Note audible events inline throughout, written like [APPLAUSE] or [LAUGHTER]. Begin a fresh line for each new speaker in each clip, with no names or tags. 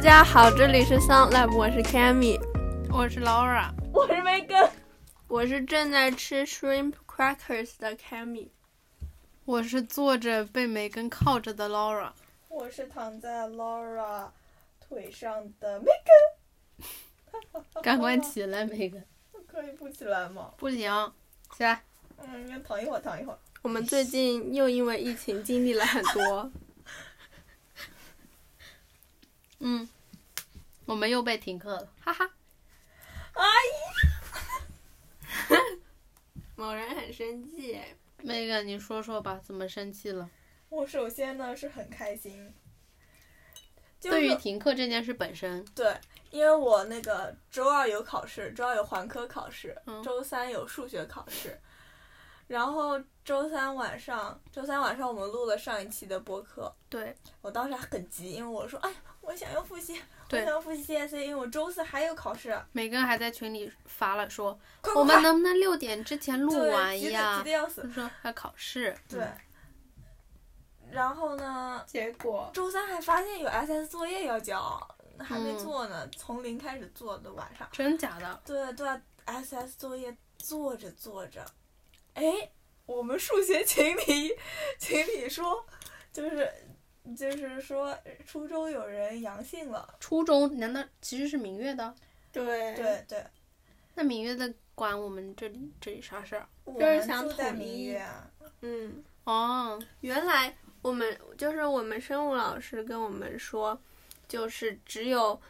家好，这里是 Sound Lab，我是 Cammy，
我是 Laura，
我是梅根，
我是正在吃 shrimp crackers 的 Cammy。
我是坐着被梅根靠着的 Laura。
我是躺在 Laura 腿上的梅根。
赶快起来，梅根！
[LAUGHS] 可以不起来吗？
不行，起来。
嗯，要躺一会儿，躺一会儿。
我们最近又因为疫情经历了很多，
嗯，我们又被停课了，哈哈。
哎
某人很生气，
梅根，你说说吧，怎么生气了？
我首先呢是很开心，就是
对于停课这件事本身，
对，因为我那个周二有考试，周二有环科考试，
嗯
周三有数学考试，然后周三晚上，周三晚上我们录了上一期的播客，
对
我当时还很急，因为我说，哎，我想要复习，我
对
想要复习 CSA，因为我周四还有考试，
梅根还在群里发了说，
快快
我
快
们能不能六点之前录
对
完
急得急
呀嗯
得？要死
就，说还考试，嗯
对。然后呢，
结果
周三还发现有 SS 作业要交，还没
嗯
做呢，从零开始做的晚上。
真假的？
对啊对，SS 作业做着做着，哎，我们数学群里群里说，就是就是说初中有人阳性了，
初中难道其实是明月的？
对
对对，
那明月的管我们这里这里啥事儿？
我
是
们
想
住在
统
明
一
月啊，
嗯，
哦，
原来我们就是我们生物老师跟我们说，就是只有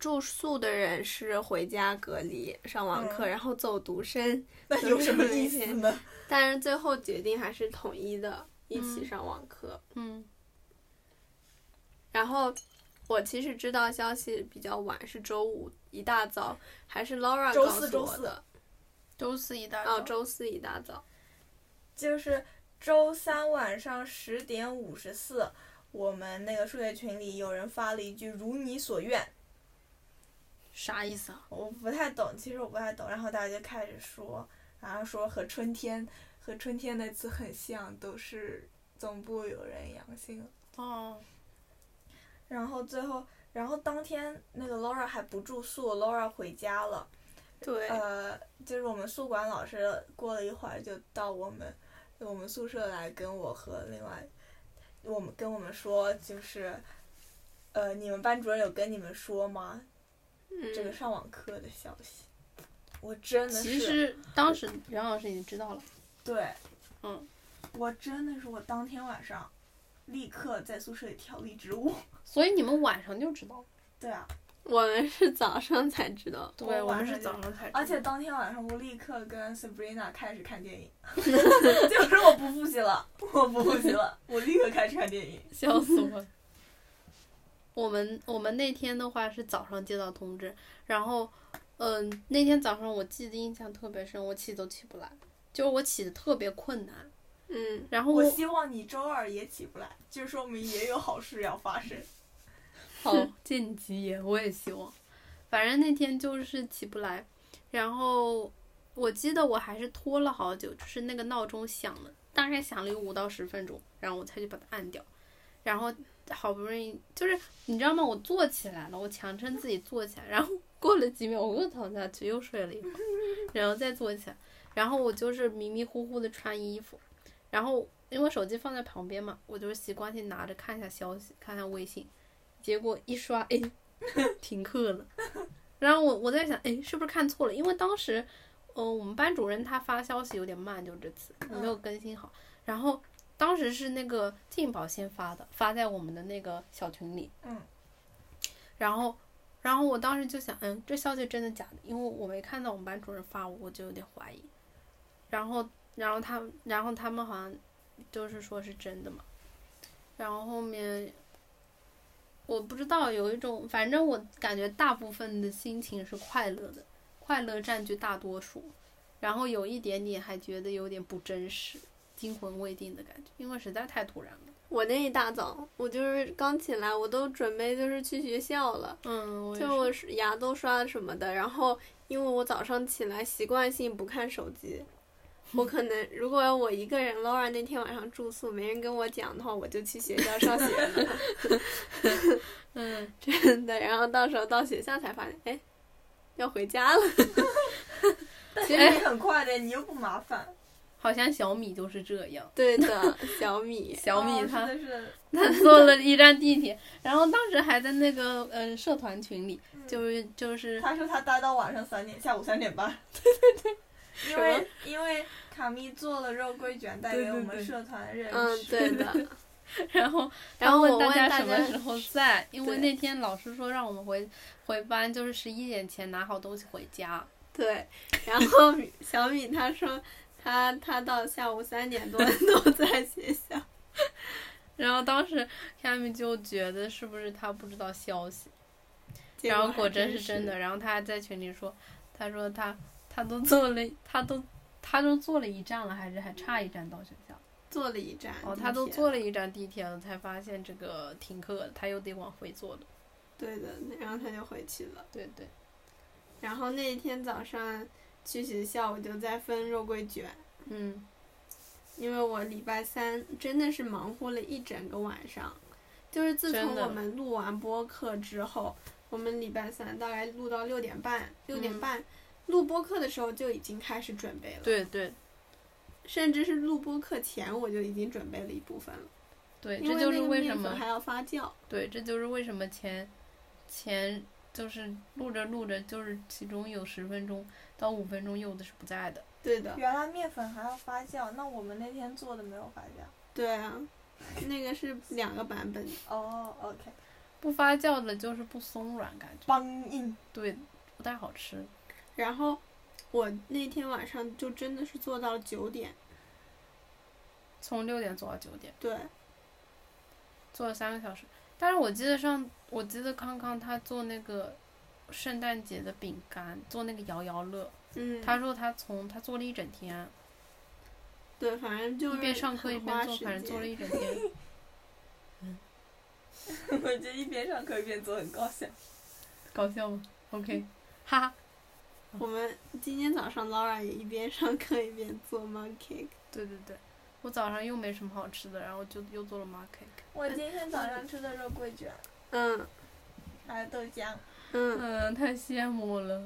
住宿的人是回家隔离上完课，
嗯
然后走读生，
[LAUGHS] 那有什么意思呢？
但是最后决定还是统一的，一起上网课。
嗯
然后我其实知道消息比较晚，是周五一大早，还是 Laura
周
告
四
诉我的。
周四一大
哦，
早。
周四一大早。
[LAUGHS] 就是周三晚上十点五十四，我们那个数学群里有人发了一句“如你所愿
啥意思啊”，？
我不太懂，其实我不太懂。然后大家就开始说，然后说和春天和春天那次很像，都是总部有人阳性了。
哦，
然后最后，然后当天那个 Laura 还不住宿，Laura 回家了。
对，
呃，就是我们宿管老师过了一会儿就到我们我们宿舍来跟我和另外我们跟我们说，就是呃，你们班主任有跟你们说吗？
嗯，
这个上网课的消息，我真的是
其实当时杨老师已经知道了。
对，
嗯，
我真的是我当天晚上立刻在宿舍里跳了一支舞。 [LAUGHS]
所以你们晚上就知道，
对啊，
我们是早上才知道。
对我们是
上才
而且 [LAUGHS] 当天晚上我立刻跟 Sabrina 开始看电
[LAUGHS]
影，就是我不复习了，我不复习了，我立刻开始看电影。
笑死我。 [LAUGHS] 我们我们那天的话是早上接到通知，然后，嗯、那天早上我记得印象特别深，我起都起不来，就是我起的特别困难。
嗯，
然后
我
我
希望你周二也起不来，就说明也有好事要发生。
好借你吉言，我也希望。反正那天就是起不来，然后我记得我还是拖了好久，就是那个闹钟响了，大概响了有五到十分钟，然后我才去把它按掉。然后好不容易就是你知道吗？我坐起来了，我强撑自己坐起来， [LAUGHS] 然后过了几秒我又躺下去，又睡了一会儿，然后再坐起来，然后我就是迷迷糊糊的穿衣服，然后因为手机放在旁边嘛，我就是习惯性拿着看一下消息，看看微信，结果一刷，哎，停课了。然后我我在想，哎，是不是看错了？因为当时，嗯、我们班主任他发消息有点慢，就这次我没有更新好。然后当时是那个劲宝先发的，发在我们的那个小群里。
嗯。
然后，然后我当时就想，嗯，这消息真的假的？因为我没看到我们班主任发我，我就有点怀疑。然后，然后他，然后他们好像就是说是真的嘛。然后后面我不知道，有一种，反正我感觉大部分的心情是快乐的，快乐占据大多数，然后有一点点还觉得有点不真实，惊魂未定的感觉，因为实在太突然了。
我那一大早，我就是刚起来，我都准备就是去学校了。
嗯，我也
就是我是牙都刷什么的，然后因为我早上起来习惯性不看手机，我可能如果我一个人，Laura 那天晚上住宿没人跟我讲的话，我就去学校上学了，
嗯，
[LAUGHS] 真的。然后到时候到学校才发现，哎，要回家了。 [LAUGHS]
哎
但其实你很快的，你又不麻烦。
好像小米就是这样。
对的，小
[LAUGHS]
米，
小米
哦
他、
真的是
他 [LAUGHS] 坐了一站地铁，然后当时还在那个嗯社团群里，
嗯
就是
[LAUGHS]
就是
他说他待到晚上三点，下午三点半。对对对，因为因为卡蜜做了肉桂卷，带
对
给
对
我们
对
社团认识。
嗯，对的。
然后
然后
问
我
大
问
家
大
什么
家
时候在，因
对
为那天老师说让我们回回班，就是十一点前拿好东西回家。
对，然后小米他说他他到下午三点
[LAUGHS]
多都在学校，
然后当时 Cammy 就觉得是不是他不知道消息，
结
然后
还
果真
是
是真的，。然后他还在群里说，他说他他都坐了，他都他都坐了一站了，还是还差一站到学校。
坐了一站，
哦，
地
他都
铁
坐了一站地铁了，才发现这个停课了，他又得往回坐了。
对的，然后他就回去了。
对对，
然后那一天早上去学校，我就在分肉桂卷，
嗯，
因为我礼拜三真的是忙活了一整个晚上，就是自从
真的
我们录完播客之后，我们礼拜三大概录到六点半，六点半、录播客的时候就已经开始准备了，
嗯对对
甚至是录播课前我就已经准备了一部分了，
对，
因
这就是
那个
为什
面粉
么
还要发酵。
对，这就是为什么前前就是录着录着，就是其中有十分钟到五分钟柚子是不在的。
对的，
原来面粉还要发酵，那我们那天做的没有发酵。
对啊，那个是两个版本。
哦，OK，
不发酵的就是不松软，感觉
梆硬。
对不太好吃。
然后我那天晚上就真的是做到九点，
从六点做到九点，
对，
做了三个小时。但是我记得上，我记得康康他做那个圣诞节的饼干，做那个摇摇乐，
嗯，
他说他从他做了一整天，
对，反正就是
一边上课
很
一边
花
做，
时
反正做
间
了一整天。
我觉得一边上课一边做很搞笑。
搞笑吗？OK，哈
[LAUGHS]
哈。
我们今天早上 Laura 也一边上课一边做 mug cake，
对对对，我早上又没什么好吃的，然后就又做了 m a r cake。
我今天早上吃的肉桂卷，
嗯
还有豆浆。
嗯，
嗯，太羡慕了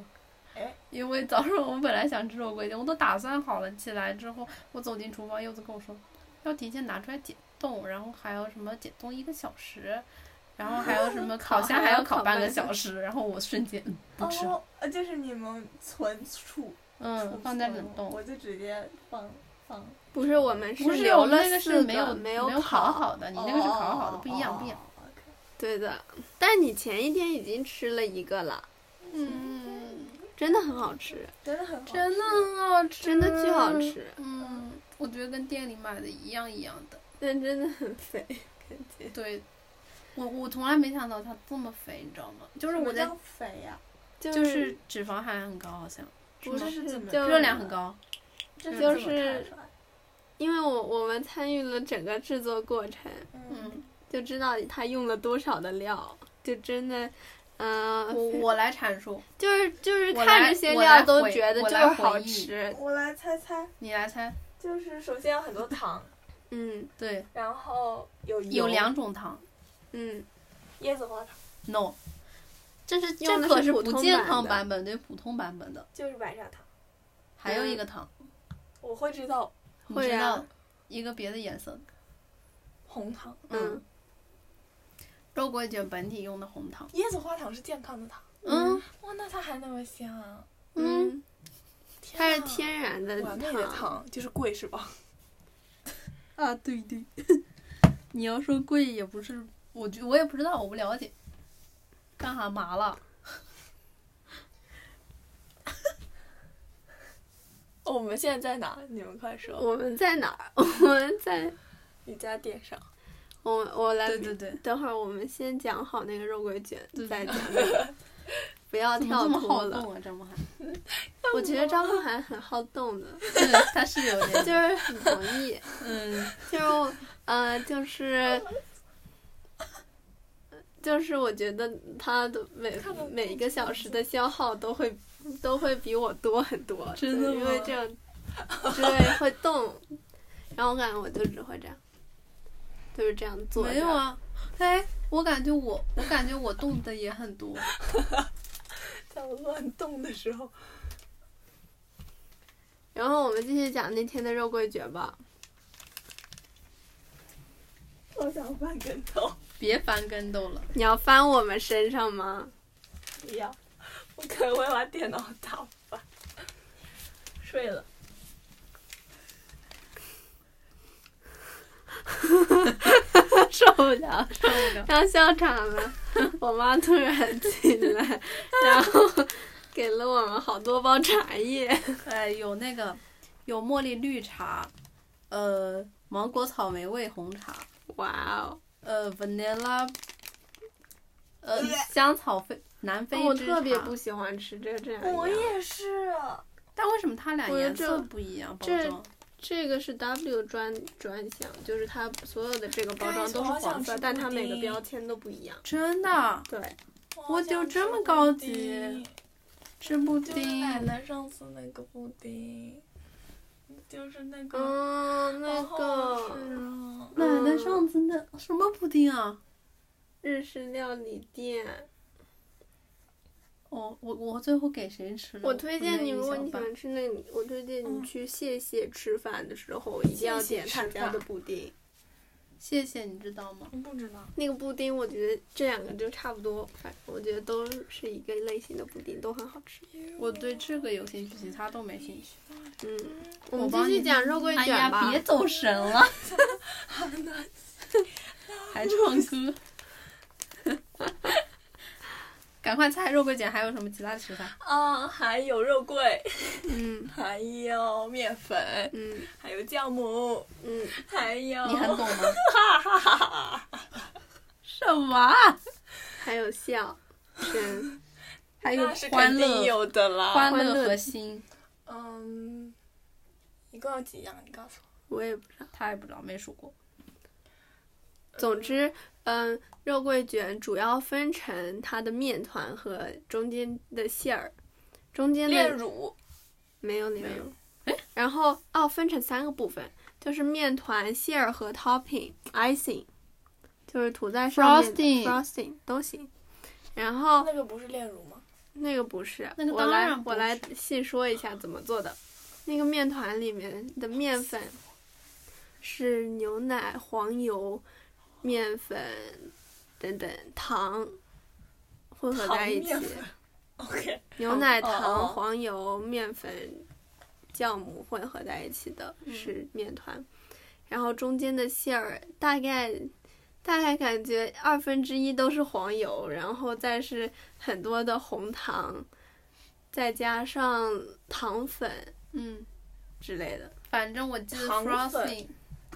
哎。
因为早上我本来想吃肉桂卷，我都打算好了。起来之后，我走进厨房，柚子跟我说要提前拿出来解冻，然后还要什么解冻一个小时，然后还有什么烤箱
还
还
要
要
哦烤
烤半
半
个
个
小时，然后我瞬间嗯不吃了，
哦，呃，就是你们存储，储
嗯，放在冷
存
冻。
我就直接放放。
不是我们
不是
留
我们
了
那个
四
是
个
没有
没
有烤
烤，哦
好的，你那个是烤好的，不一样不一样。
对的，但你前一天已经吃了一个了，
嗯，
真的很好吃，
真的很好。
真的很好吃，
哦真的巨好吃，
嗯，我觉得跟店里买的一样一样的。
但真的很肥，感觉
对，我我从来没想到它这么肥，你知道吗？就是
什
我
么
在
叫肥呀？
就
就是脂肪含量很高，好像
不
是吗
是啊
这么
就
热量很高。
这
就是
怎么看出来
因为我我们参与了整个制作过程，
嗯
嗯，
就知道他用了多少的料，就真的，嗯、
我我来阐述，
就是就是
我
看
来
这些
我
料
来
都
回
觉得
我
就
来
是好
回忆
吃，
我来猜猜，
你来猜。
就是首先有很多糖，
嗯
对，
然后有
有
有
两种糖
嗯，
椰子花糖，
，no，这是
用
这
的
可
是普
不
通
健
版
康
的
版本，对普通版本的。
就是白砂糖。
还有一个糖，
我会知道
嗯
你
会
知
啊
道一个别的颜色的，
红糖，
嗯，
肉桂卷本体用的红糖。
椰子花糖是健康的糖。
嗯
哇，那它还那么香啊！
嗯，
嗯，
天
它是
哪
天然的
完美的糖，就是贵是吧？ [LAUGHS]
[LAUGHS] 啊，对对，你要说贵也不是，我觉我也不知道，我不了解，干哈嘛了？
哦我们现在在哪？你们快说。
我们在哪儿？ [LAUGHS] 我们在，
瑜伽垫上。
我我来，
对对对，
等会儿我们先讲好那个肉桂卷
对， [LAUGHS]
再讲，不要
怎么
跳
这么
脱
好
了。
动啊，张梦涵？
我觉得张梦涵很好动
[LAUGHS]
的，
对，他是有
就
[LAUGHS] 点，
是很容易，
嗯，
就是我呃，就是。就是我觉得他的每
看到
每一个小时的消耗都会都会比我多很多，
真的
因为
吗
这样对，会动。然后我感觉我就只会这样，就是这样做。
没有，啊，哎，我感觉我，我感觉我动的也很多。
在我乱动的时候，
然后我们继续讲那天的肉桂卷吧。
我想翻跟头。
别翻跟斗了，
你要翻我们身上吗？
不要，我可能会把电脑打翻。 [LAUGHS] 睡了。
受不了，
受不了。
要笑场 [LAUGHS] 了。我妈突然进 [LAUGHS] 来，然后给了我们好多包茶叶。
哎，有那个，有茉莉绿茶，呃，芒果草莓味红茶，
哇哦！
呃，vanilla，呃，哦
对
香草非南非
我
之
特别
茶
不喜欢吃这这样。
我也是。
但为什么它俩
我觉得
颜
这
色不一样？包
这
装
这个是 W 专专享，就是它所有的这个包装都是
哎我好想
黄色，
吃
但它
布
每个
丁
标签都不一样。
真的
对，
我
就
想
这
吃
么
布
高级
丁
吃布
就
丁
是，奶奶上次那个布丁，就是那个。
嗯，那
好好吃
个
啊
奶奶上次那什么布丁啊？
日式料理店，
哦，我我最后给谁吃了？
嗯我推荐你，
没有
如果你
印
喜
象吧
欢吃那个，我推荐你
嗯
去谢谢吃饭的时候，一定要
谢谢
点他
吃
家
饭
的布丁。
谢谢，你知道吗？
我不知道。
那个布丁，我觉得这两个就差不多，反正我觉得都是一个类型的布丁，都很好吃。
我对这个有兴趣，其他都没兴趣。
嗯，我
我
们
帮
继续
你
讲肉桂
哎
卷吧。
呀，别走神了，
[LAUGHS]
还唱歌。赶快猜肉桂卷还有什么其他食材？
[LAUGHS] 啊，还有肉桂，
嗯
还有面粉，
嗯
还有酵母，
嗯，
还有
你很懂吗？
哈哈哈
[LAUGHS]
哈！
什么？啊
还有笑声，
还有
那是
欢
肯定
乐、
有的啦。
欢
哦欢乐
乐和心，
嗯，一共有几样？你告诉我。
我也不知道。
他也不知道，没数过。
总
呃
之，嗯，肉桂卷主要分成它的面团和中间的馅儿，中间
炼
的
乳，
没有
没
那
有
种。然后哦，分成三个部分，就是面团、馅儿和 topping icing，就是涂在上面的
Frosting
frosting 都行。然后
哦
那个不是炼乳吗？
那个不是，
那个
我
当
来
然不
我来
是
细说一下怎么做的。那个面团里面的面粉是牛奶、黄油、面粉等等糖混合在一起
糖，面粉 [LAUGHS] OK，
牛奶、
哦哦
糖、
哦
黄油、面粉、酵母混合在一起的
嗯
是面团，然后中间的馅儿大概大概感觉二分之一都是黄油，然后再是很多的红糖，再加上糖粉
嗯，
之类的。
反正我记得
糖粉
frosting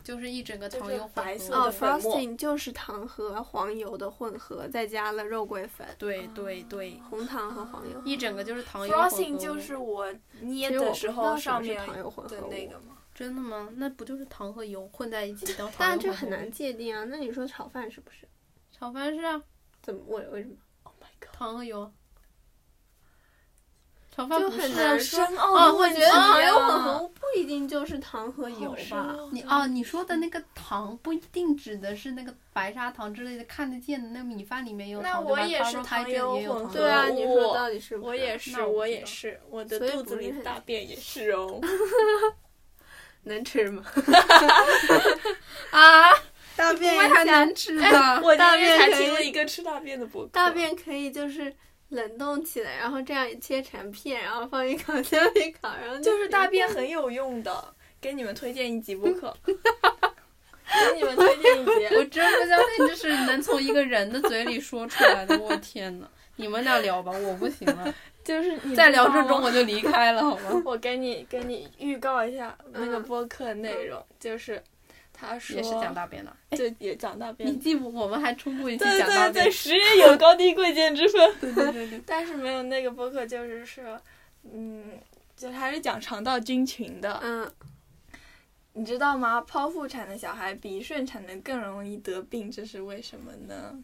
就是一整个
就是
糖油混
白
合
色的
哦
的。
嗯粉末
，frosting 就是糖和黄油的混合，再加了肉桂粉，
对对对，
红糖和黄油。
一整个就是糖油混合
哦 frosting
物
就是我捏
其实我
啊的
不知
时
道
候
什么
上
是
面
糖油混合
的
物
那个吗？
真的吗？那不就是糖和油混在一起当糖油
但这
混合
很
物
难。界定啊。那你说炒饭是不是？
炒饭是啊，
怎么为为什么？
Oh my god！
糖和油。炒饭
就
不
很
是啊
难
好
说
深
哦，
奥的
我
问
觉
题
得糖油
啊
混合物不一定就是糖和油
好深
吧。
奥
你
的
哦，你说的那个糖不一定指的是那个白砂糖之类的，看得见的那个米饭里面有
那
糖，对
我
吧
也是
Carbo
糖
hydrate
油
也有
混
糖
合
对啊，
物
你说到底是不是？
我也是，
那我不
我
知
也
道
是，我的
所以
肚
不
子里
是
的
很
大便也是哦。
能吃吗？
啊，
[LAUGHS] 大
不会还能吃
[LAUGHS]
的。
我今
大便
天才
可以
听了一个吃大便的博客。
大便可以就是冷冻起来，然后这样切成片，然后放进烤箱里烤，然后
就是大便很有用的，给你们推荐一集播客， [LAUGHS] 给你们推荐一
[LAUGHS] 我
集。
真不相信这是能从一个人的嘴里说出来的，我天呐，你们俩聊吧，我不行了，
就是 [LAUGHS] 你
再聊
知道
这种
吗
我就离开了，好 [LAUGHS] 吗？
我给你给你预告一下那个
嗯
播客内容，就是他说
也是讲大便的，
就也讲大
你
便。
记不？我们还出过一期
[LAUGHS] 对
讲大
对
便
对，，时也有高低贵贱之分，
[LAUGHS] 对对对对，
但是没有那个播客就是说，嗯，就还是讲肠道菌群的。
嗯，
你知道吗？剖腹产的小孩比顺产的更容易得病，这是为什么呢？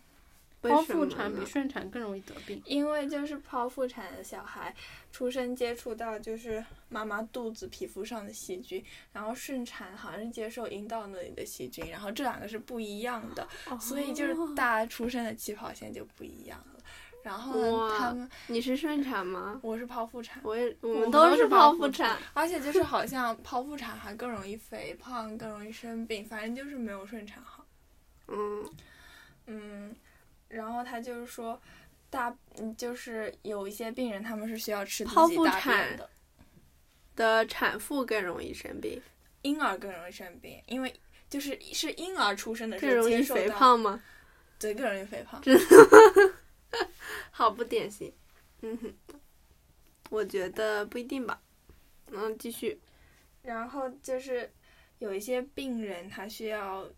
为
剖
什
腹
么
产比
呢
顺产更容易得病。
因为就是剖腹产的小孩出生接触到就是妈妈肚子皮肤上的细菌，然后顺产好像是接受阴道那里的细菌，然后这两个是不一样的，所以就是
哦
大家出生的起跑线就不一样了。然后呢，
哇
他们
你是顺产吗？
我是剖腹产，
我也，我
我
们
们
都
都
是
是
剖
剖
腹
腹产
产，
而且就是好
[LAUGHS]
像剖腹产还更容易肥胖，更容易生病，反正就是没有顺产好。
嗯，
嗯，然后他就是说，大嗯就是有一些病人他们是需要吃自
剖
己
腹
大
产
便的，
的产妇更容易生病，
婴儿更容易生病，因为就是是婴儿出生的
更
时候
容
接
易
受
肥
到，
胖吗？
对，更容易肥胖。
[LAUGHS] 好不典型，嗯哼，我觉得不一定吧。嗯，继续，
然后就是有一些病人他需要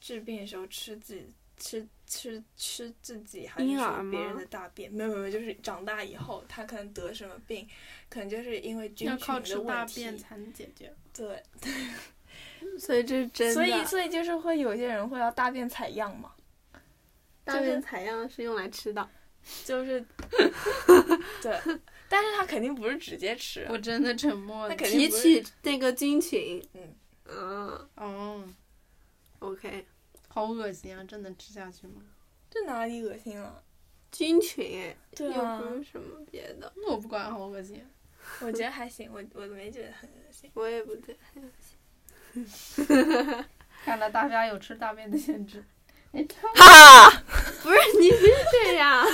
治病的时候吃自己吃吃吃自己还是
婴儿
说别人
吗
的大便，没有没有，没有就是长大以后他可能得什么病，可能就是因为菌
要
群
靠
的
吃
问
大
题，
便才能解决。
对，
所以这是真的。
所以所以就是会有些人会要大便采样嘛。
大
就是
便采样是用来吃的，
就是
[LAUGHS]
对，但是他肯定不是直接吃，
我真的沉默
那
了。
肯定
提
不是
取那个菌群。
嗯
嗯
哦，
，OK，
好恶心啊！这能吃下去吗？
这哪里恶心了？
菌群哎，
对
又
啊，
不是什么别的，
那我不管，好恶心。
我觉得还行，我我没觉得很恶心。
我也不对。
看来大家有吃大便的限制，哎
哈， [LAUGHS] 不是你别这样，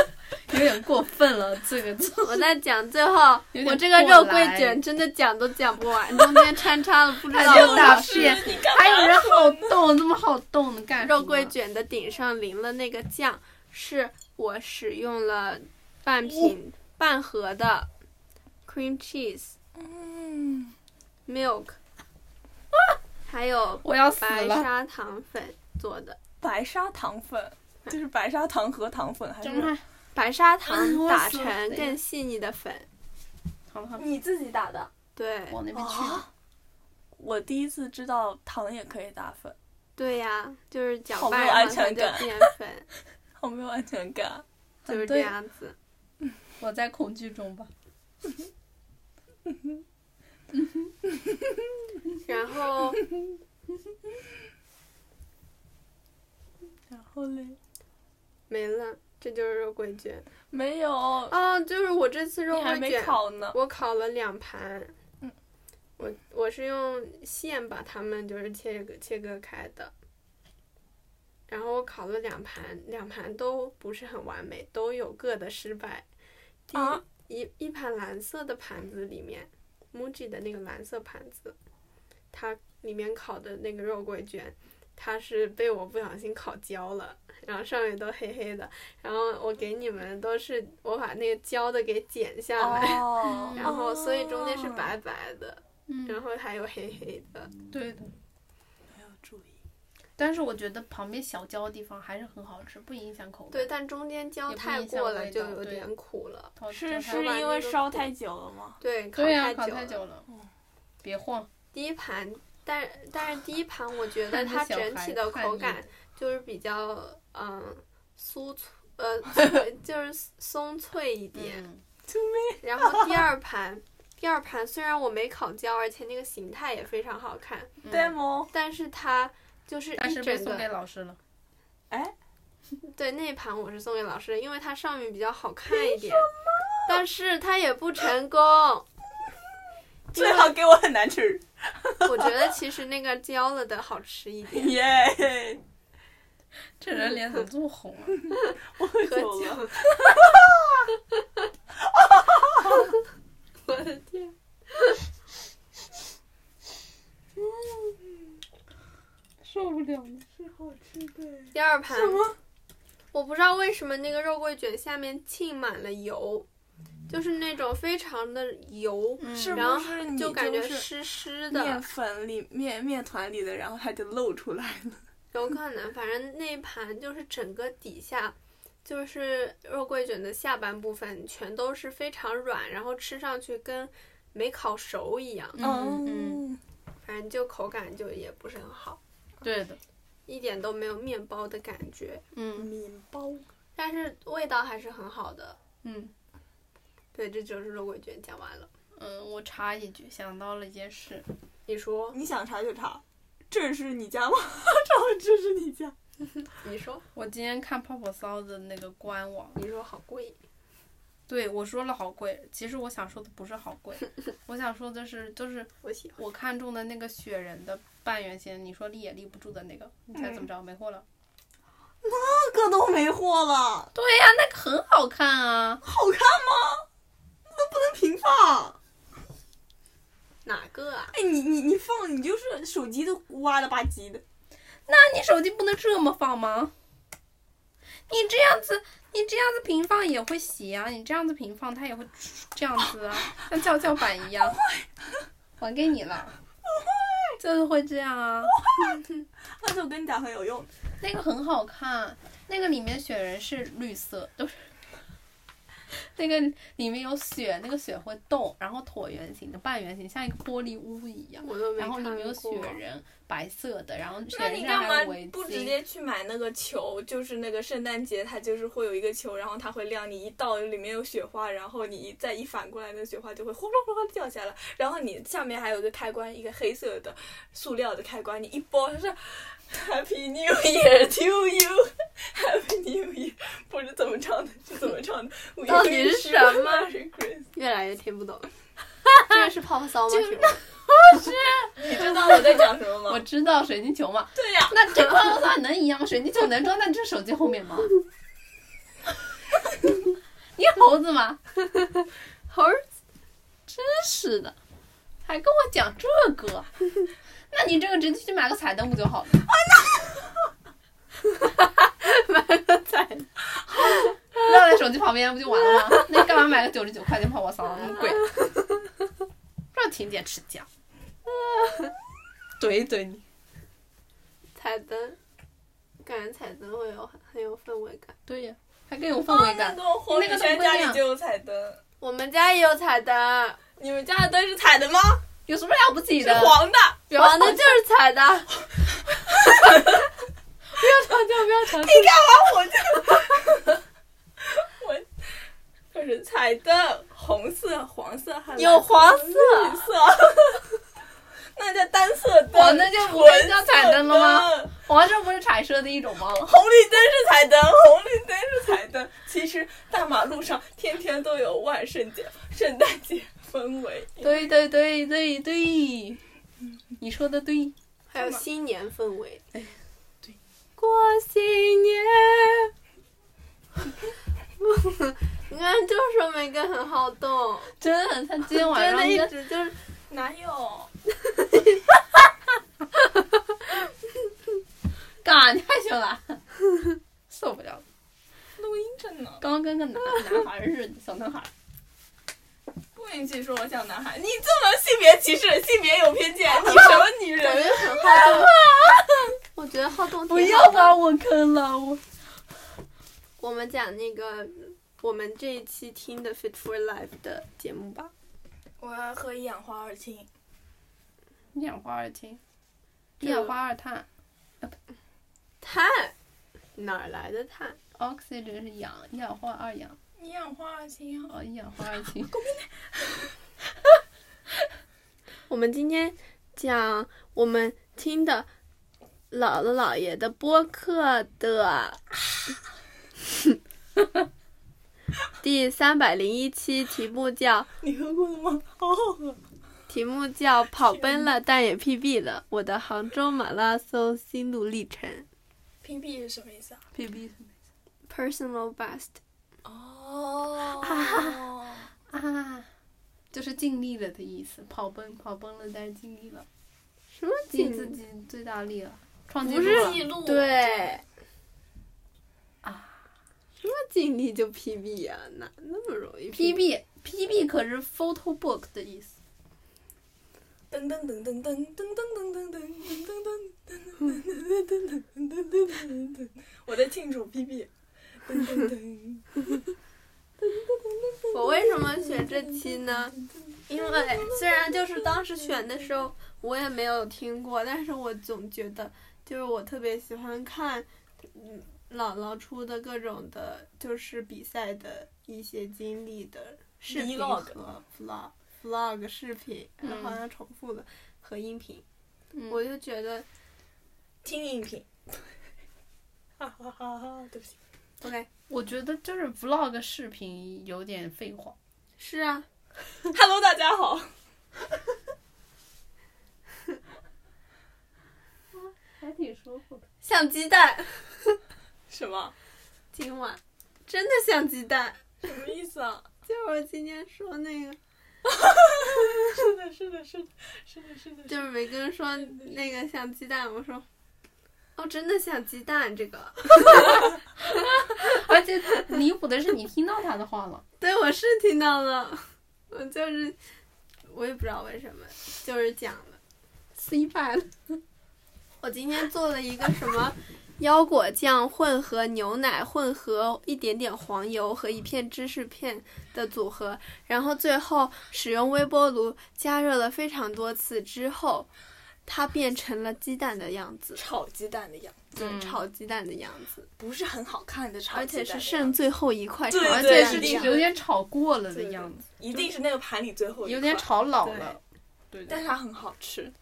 [LAUGHS]
有点过分了。这个就
我在讲最后，
有点
我这个
过
肉桂
来
卷真的讲都讲不完，中间穿插了不知道
还有
多
大
少
便还有人好动，那么好动，能干什么啊
肉桂卷的顶上淋了那个酱，是我使用了半
哦
瓶、半盒的 cream cheese
嗯，
milk，还
啊
有
我要死
白
了！
砂糖粉做的。
白砂糖粉就是白砂糖和糖粉 [LAUGHS] 还
真
是
的
白砂
哎
嗯
糖
我
打
死
成
了对
更细腻的粉，
好了好了，
你自己打的？
对
往那边去了。
啊，我第一次知道糖也可以打粉，
对呀、就是搅
好没
拌
有
然
安
后它
全
就
感
变
[LAUGHS]
粉，
好没有安全感。
就
很
是这
对
样子。
我在恐惧中吧。
然后
然后嘞，
没了，这就是肉桂
[LAUGHS]
卷。
没有，
哦，就是我这次肉
你还
桂
没
卷，
烤呢。
我烤了两盘。
嗯，
我我是用线把它们就是切割切割开的。然后我烤了两盘，两盘都不是很完美，都有各的失败。第一、
啊
一一盘蓝色的盘子里面，MUJI 的那个蓝色盘子，它里面烤的那个肉桂卷，它是被我不小心烤焦了，然后上面都黑黑的。然后我给你们都是我把那个焦的给剪下来， [LAUGHS]
哦，
嗯然后所以中间是
哦，
白白的，然
嗯，
后还有黑黑的。
对的。
没有注意。
但是我觉得旁边小焦的地方还是很好吃，不影响口感。
对，但中间焦
也不
太
影响
过了
味
就
道
有
对
点苦了。
淘，
是
淘汰
是
吧
因为烧太久了吗？
对，啊烤
对呀，
太
烤
久
太
了。
久了，别晃。
第一盘，但但是第一盘我
[LAUGHS]
觉得
看着
它
小
整
孩
体的
叛
口
逆
感就是比较嗯酥脆，
[LAUGHS]
呃脆就是松脆一点。
嗯，
然后第二盘，第二盘虽然我没烤焦，而且那个形态也非常好看，
嗯
对吗？
但是它就是
但
一
是被
整
送给
个
老师了。
哎， [LAUGHS]
对那一盘我是送给老师的，因为它上面比较好看一点，但是它也不成
[LAUGHS]
功。因
最
为
好给我很难吃。 [LAUGHS]
我觉得其实那个焦了的好吃一
[LAUGHS]
点，
耶、
这人脸怎么这么红啊？
我喝
喝
酒了。
酒。我的天！
受不了了。
是好吃的。
第二盘
什么？
我不知道为什么那个肉桂卷下面浸满了油，就是那种非常的油，
嗯
是
然
不
后
是你
就感觉
是
湿湿
面
的，
粉里面面团里的，然后它就露出来了？
有可能。反正那一盘就是整个底下，就是肉桂卷的下半部分全都是非常软，然后吃上去跟没烤熟一样，
嗯嗯，
嗯，
反正就口感就也不是很好，
对的。
一点都没有面包的感觉。
哦
嗯，
面包。
但是味道还是很好的。
嗯
对，这就是肉桂卷，讲完了。
嗯，我插一句，想到了一件事，
你说，
哦你想查就查，这是你家吗？ [LAUGHS] 这这是你家？
你说，
我今天看泡泡骚的那个官网，
你说好贵，
对我说了好贵，其实我想说的不是好贵，我想说的是，就是
我喜欢。
我看中的那个雪人的半圆形，你说立也立不住的那个，你猜怎么着？没货了。
这个都没货了，
对呀、那个很好看啊，
好看吗？那不能平放。
哪个啊？
哎，你你你放，你就是手机都歪了吧唧的。
那你手机不能这么放吗？你这样子，你这样子平放也会斜啊，你这样子平放它也会这样子啊，像跷跷板一样。还给你了。就是会这样啊，
那就跟你讲很有用。
那个很好看，那个里面雪人是绿色，都是。 [LAUGHS] 那个里面有雪，那个雪会动，然后椭圆形的、半圆形，像一个玻璃屋一样。
我都没
然后
看
里
过。
面有雪人，白色的，然后雪
那
人
你
上
干
还有
嘛
围巾。
不直接去买那个球？就是那个圣诞节，它就是会有一个球，然后它会亮，你一倒里面有雪花，然后你一再一反过来，那个雪花就会哗啦哗啦掉下来。然后你下面还有一个开关，一个黑色的塑料的开关，你一拨它是 Happy New Year to [LAUGHS] you，Happy New Year，不是怎么唱的，是怎么唱的？
到底是什么
Merry Christmas
越来越听不懂了。 [LAUGHS] 这个是泡泡骚 [LAUGHS] 吗？是吗
你知道我在讲什么
我
吗？
知道水晶球嘛，
对呀、
那这泡泡糖能一样吗？水晶球能装在这手机后面吗？ [LAUGHS] 你猴子吗？猴儿，真是的，还跟我讲这个？那你这个直接去买个彩灯不就好了？
啊
[LAUGHS] 买
[LAUGHS]
个彩灯，撂在手机旁边不就完了吗？那你干嘛买个九十九块钱泡泡糖那么贵？让婷姐吃酱，怼一怼你。
彩灯，感觉彩灯会有很很有氛围感。
对呀、还更有氛
哦
围
那
感。
个红
那个
绿
都
圈
不
家
一样
里就有彩灯，
我们家也有彩灯，
你们家的灯是彩的吗？
有什么了不起
是
的？
黄的。
不要
黄的就是彩 [LAUGHS] 灯。
吵架，不要吵架。
我就我就是彩灯，红色、黄色
[LAUGHS]
还
有黄色
蓝色、绿色， [LAUGHS] 那叫单色灯。
黄的就不
纯色
叫彩灯了吗
灯？
黄色不是彩色的一种吗？
红绿灯是彩灯，红绿灯是彩灯。其实大马路上天天都有万圣节、圣诞节氛围。
对对对对对，你说的对。
还有新年氛围。
哎，
对，过新年。 [LAUGHS] 你看，就说梅根很好动，
真的，他今天晚
真的
上
一
跟
直就是
哪有？
干下去了， [LAUGHS] 受不了了。
录音着呢。
刚跟个男男孩似的，小男孩。
不允许说我像男孩，你这么性别歧视、性别有偏见，你什么女
感觉
人？
很好动。我觉得好动挺好
不
的
要把我坑了，我
我们讲那个我们这一期听的《Fit for Life》的节目吧。
我要喝一氧化二氢。
一氧化二氢，一
这个
氧化二碳
碳哪儿来的碳？
，oxygen 是氧，一氧化二氧，
一氧化二氢啊，
哦，一氧化二氢。
我们今天讲我们听的姥姥姥爷的播客
[LAUGHS]
的第三百零一期，题目叫
你喝过了吗？好好喝。
题目叫“跑奔了但也 PB 了：我的杭州马拉松心路历程
屏蔽是什么意思啊？
PB
”（Personal Best）。
哦，
啊，就是尽力了的意思，跑奔跑奔了，但是尽力了，
什么
尽
景？
自己最大力了，创纪
不
录
是
了
记录
对
啊
那尽力就 PB 呀、哪那么容易啊
，PB PB 可是 photo book 的意思，
噔噔噔噔噔噔噔噔噔噔噔噔噔噔噔噔噔噔噔噔噔，我在庆祝 PB。噔噔噔，
我为什么选这期呢？因为虽然就是当时选的时候我也没有听过，但是我总觉得就是我特别喜欢看，嗯，姥姥出的各种的，就是比赛的一些经历的视频
Vlog
和 vlog vlog 视频，
嗯
好像重复了和音频，
嗯
我就觉得
听音频。哈哈哈哈！对不起，
OK
我觉得就是 vlog 视频有点废话。
是啊，
Hello，大家好。
还挺舒服的。
像鸡蛋，
什么？
今晚真的像鸡蛋，
什么意思啊？
就是我今天说那个，
是的，是的，是的，是的，是的。
就是梅根说那个像鸡蛋，我说哦，真的像鸡蛋这个。
而且离谱的是，你听到他的话了。
对，我是听到了，我就是我也不知道为什么，就是讲了 C 版。我今天做了一个什么腰果酱混合牛奶混合一点点黄油和一片芝士片的组合，然后最后使用微波炉加热了非常多次之后，它变成了鸡蛋的样子，
炒鸡蛋的样子，
对，
嗯
炒鸡蛋的样子，
不是很好看的炒
而
鸡蛋
且
的样子，
是剩最后一块炒
对
鸡
对
蛋
是
的
这
样
样
子
有点炒过了的样子，
一定是那个盘里最后一
有点
块，
炒老了。对
但
的，
是它很好吃，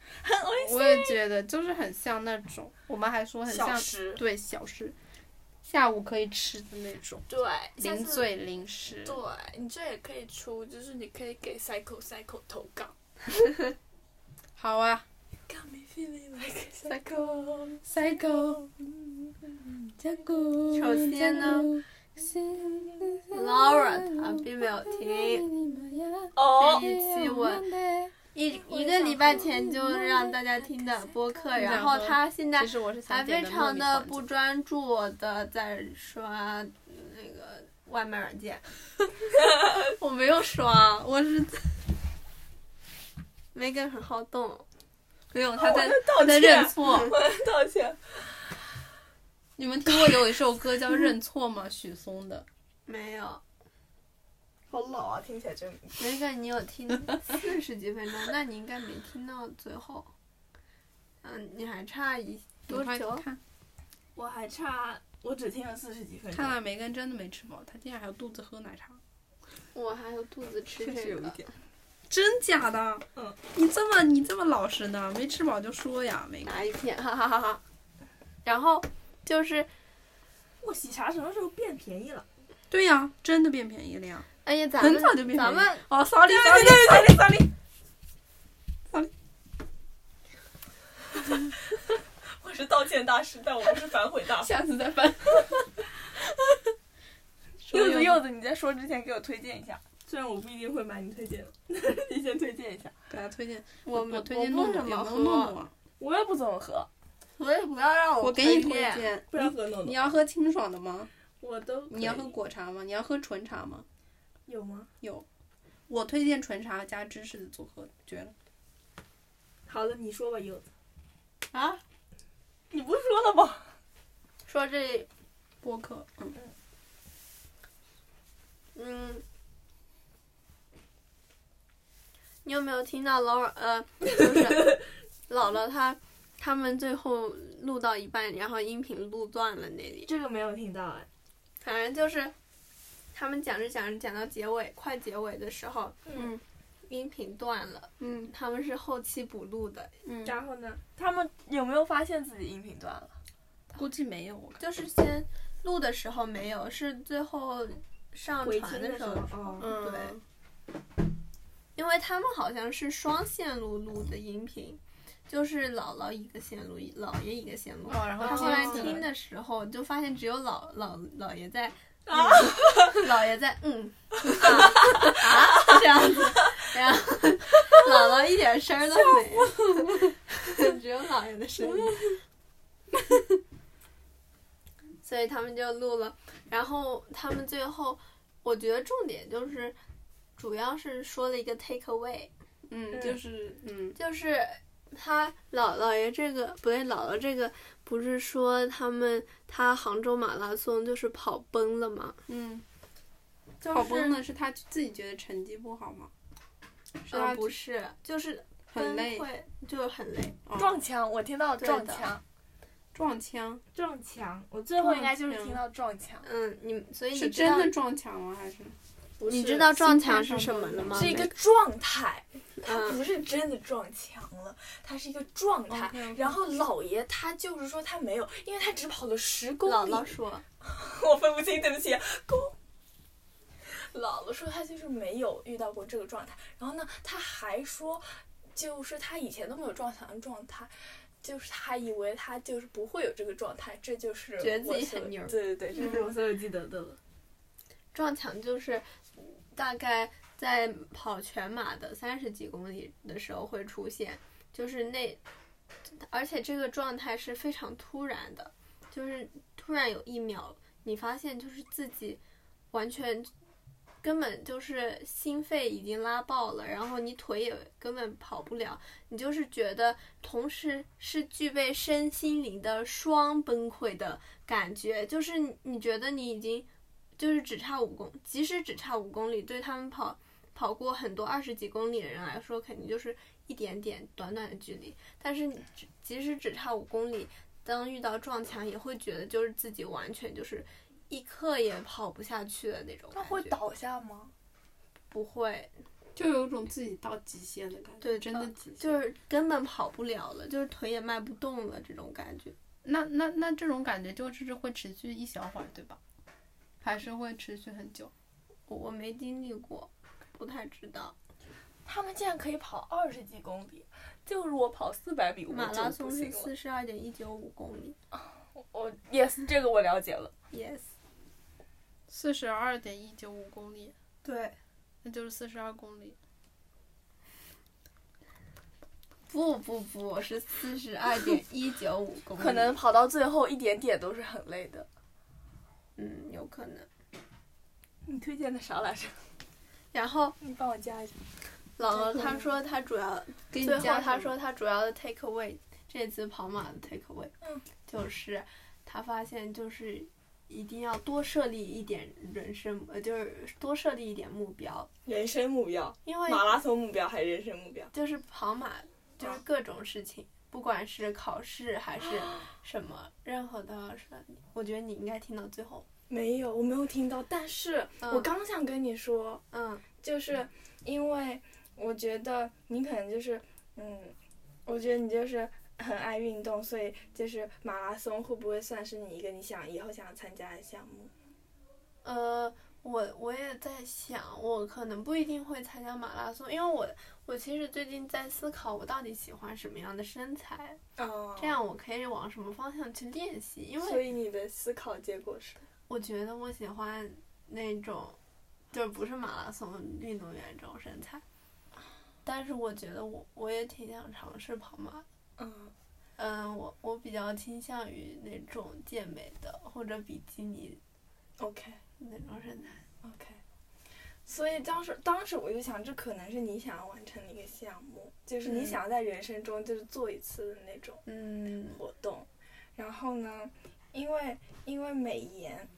我也觉得就是很像那种，我们还说很
小
像
吃。
对小吃，下午可以吃的那种
对，下
零
次
嘴零食。
对你这也可以出，就是你可以给 Psycho Psycho 投稿。
好啊
Got me feeling like Psycho。
，psycho，加固
首先呢，Laura 她并没有听。
哦
这，一期我一一个礼拜前就让大家听的播客，然后他现在
其实我是
还
想
非
点
常的
的
[LAUGHS] 不专注的在刷那个外卖软 [LAUGHS] 件，我没有刷，我是 [LAUGHS] Megan 很好动，没有他在
道
他在认
歉，
错。
我在道歉。
你们听过有一首歌叫《认错》吗？许嵩的。
没有
好老啊，听起来真
Megan 你有
[LAUGHS]
听四十几分钟，那你应该没听到最后，嗯，你还差一 [LAUGHS] 多
你快
久？
看，
我还哎差，我只听了四十几分
看来梅根真的没吃饱，他竟然还有肚子喝奶茶。
我还有肚子吃这个。
点。
真假的？
嗯，
你这么你这么老实呢？没吃饱就说呀，梅根。
拿一片，哈哈哈哈。然后就是，
我喜茶什么时候变便宜了？
对呀、真的变便宜了呀。
哎呀，咱们
很早就变便宜
咱们
哦，sorry
对对
sorry， [LAUGHS]
对对，sorry sorry
sorry。
我是道歉大师，但我不是反悔大师。
下次再
[LAUGHS]
翻。说
[LAUGHS] 柚子，
柚
柚子，你在说之前给我推荐一下，虽然我不一定会买你推荐的， [LAUGHS] 你先推荐一下。
给他推荐，
我
我
们
推荐
我
诺
不
诺，有
怎
没
么
有
喝，
诺诺啊？
我也不怎么喝，
所以不要让我
我给你推荐，
不然喝诺
你
诺。
要喝清爽的吗？
我都可以
你要喝果茶吗？你要喝纯茶吗？
有吗？
有，我推荐纯茶加芝士的组合，绝了。
好了，你说吧，柚子。
啊！
你不是说了 [LAUGHS] 吗？
说这，
播客，嗯，
嗯，你有没有听到老呃，就是 [LAUGHS] 姥姥她他们最后录到一半，然后音频录断了那里，
这个没有听到哎。
反正就是他们讲着讲着讲到结尾，快结尾的时候，
嗯，
音频断了，
嗯
他们是后期补录的，
嗯，
然后呢？他们有没有发现自己音频断了？
估计没有，我看
就是先录的时候没有，是最后上
回
传
听的
时
时
候
候，
嗯
哦，
对因为他们好像是双线路录的音频，就是姥姥一个线路，姥爷一个线路。
哦，然后
他
接
后来
着
听的时候，就发现只有老老姥爷在，嗯、
啊
姥爷在，嗯，啊啊这样子，然后姥姥一点声儿都没有，只有姥爷的声音。所以他们就录了，然后他们最后，我觉得重点就是，主要是说了一个 take away，
嗯，就是嗯，
就是他姥姥爷这个不对，姥姥这个不是说他们他杭州马拉松就是跑崩了吗？
嗯，
就
跑崩
是
呢是他自己觉得成绩不好吗？是
啊、
他
不是，就是
很累
崩溃，就是很累。
哦
撞墙，我听到
对
撞
的
墙，
撞墙，
撞墙，我最后应该就是
撞
听到撞墙，
嗯，你所以
是
你知
真
道
的撞墙吗？还是
不
你
是
知道撞
心态
墙是
上
什
的
么了吗？
是一
没
个状态，它
嗯哦
不是真的撞墙了，它是一个状态。
OK，OK
然后老爷他就是说他没有，因为他只跑了十公
姥
里。
姥说，
我分不清，对不起，公。姥姥说他就是没有遇到过这个状态，然后呢，他还说，就是他以前都没有撞墙的状态，就是他以为他就是不会有这个状态，这就是
觉得自
我
己
所
很牛嗯
对对对，这是我所有记得的了。
撞墙就是大概在跑全马的三十几公里的时候会出现，就是那，而且这个状态是非常突然的，就是突然有一秒，你发现就是自己完全根本就是心肺已经拉爆了，然后你腿也根本跑不了，你就是觉得同时是具备身心灵的双崩溃的感觉，就是你你觉得你已经就是只差五公，即使只差五公里，对他们跑跑过很多二十几公里的人来说，肯定就是一点点短短的距离。但是你只即使只差五公里，当遇到撞墙，也会觉得就是自己完全就是一刻也跑不下去的那种
那
感觉。
会倒下吗？
不会，
就有种自己到极限的感觉，
对
真的极限。
就是根本跑不了了，就是腿也迈不动了这种感觉。
那那那这种感觉就是会持续一小会儿，对吧？还是会持续很久？
我我没经历过，不太知道。
他们竟然可以跑二十几公里，就是我跑四百米，我
马
就
拉
不
松
行
是
了。
四十二点一九五公里。
我 [LAUGHS] yes，这个我了解了。
Yes，
四十二点一九五公里，
对，
那就是四十二公里。
不不不，是四十二点一九
[LAUGHS]
五公里。
可能跑到最后一点点都是很累的。
嗯，有可能。
你推荐的啥来着？
然后
[LAUGHS] 你帮我加一下。
姥
这
姥
个
她说她主要，
给
最后
加
她
什么
说她主要的 take away，这次跑马的 take away，
嗯
就是她发现就是一定要多设立一点人生，呃，就是多设立一点目标，
人生目标，
因为
马拉松目标还是人生目标？
就是跑马，就是
啊
各种事情，不管是考试还是
啊
什么，任何都要设立。我觉得你应该听到最后。
没有，我没有听到。但是、
嗯
我刚想跟你说，
嗯
就是因为我觉得你可能就是，嗯，我觉得你就是很爱运动，所以就是马拉松会不会算是你一个你想以后想参加的项目？
呃，我我也在想，我可能不一定会参加马拉松，因为我我其实最近在思考，我到底喜欢什么样的身材，
哦
这，样我可以往什么方向去练习。因
所
为
以你的思考结果是，
我觉得我喜欢那种，就是不是马拉松运动员这种身材，但是我觉得我我也挺想尝试跑马的。
嗯，
嗯，我我比较倾向于那种健美的或者比基尼
OK。
那种身材。
OK，所以当时当时我就想，这可能是你想要完成的一个项目，就是你
嗯
想要在人生中就是做一次的那种
嗯
活动。然后呢，因为因为美颜，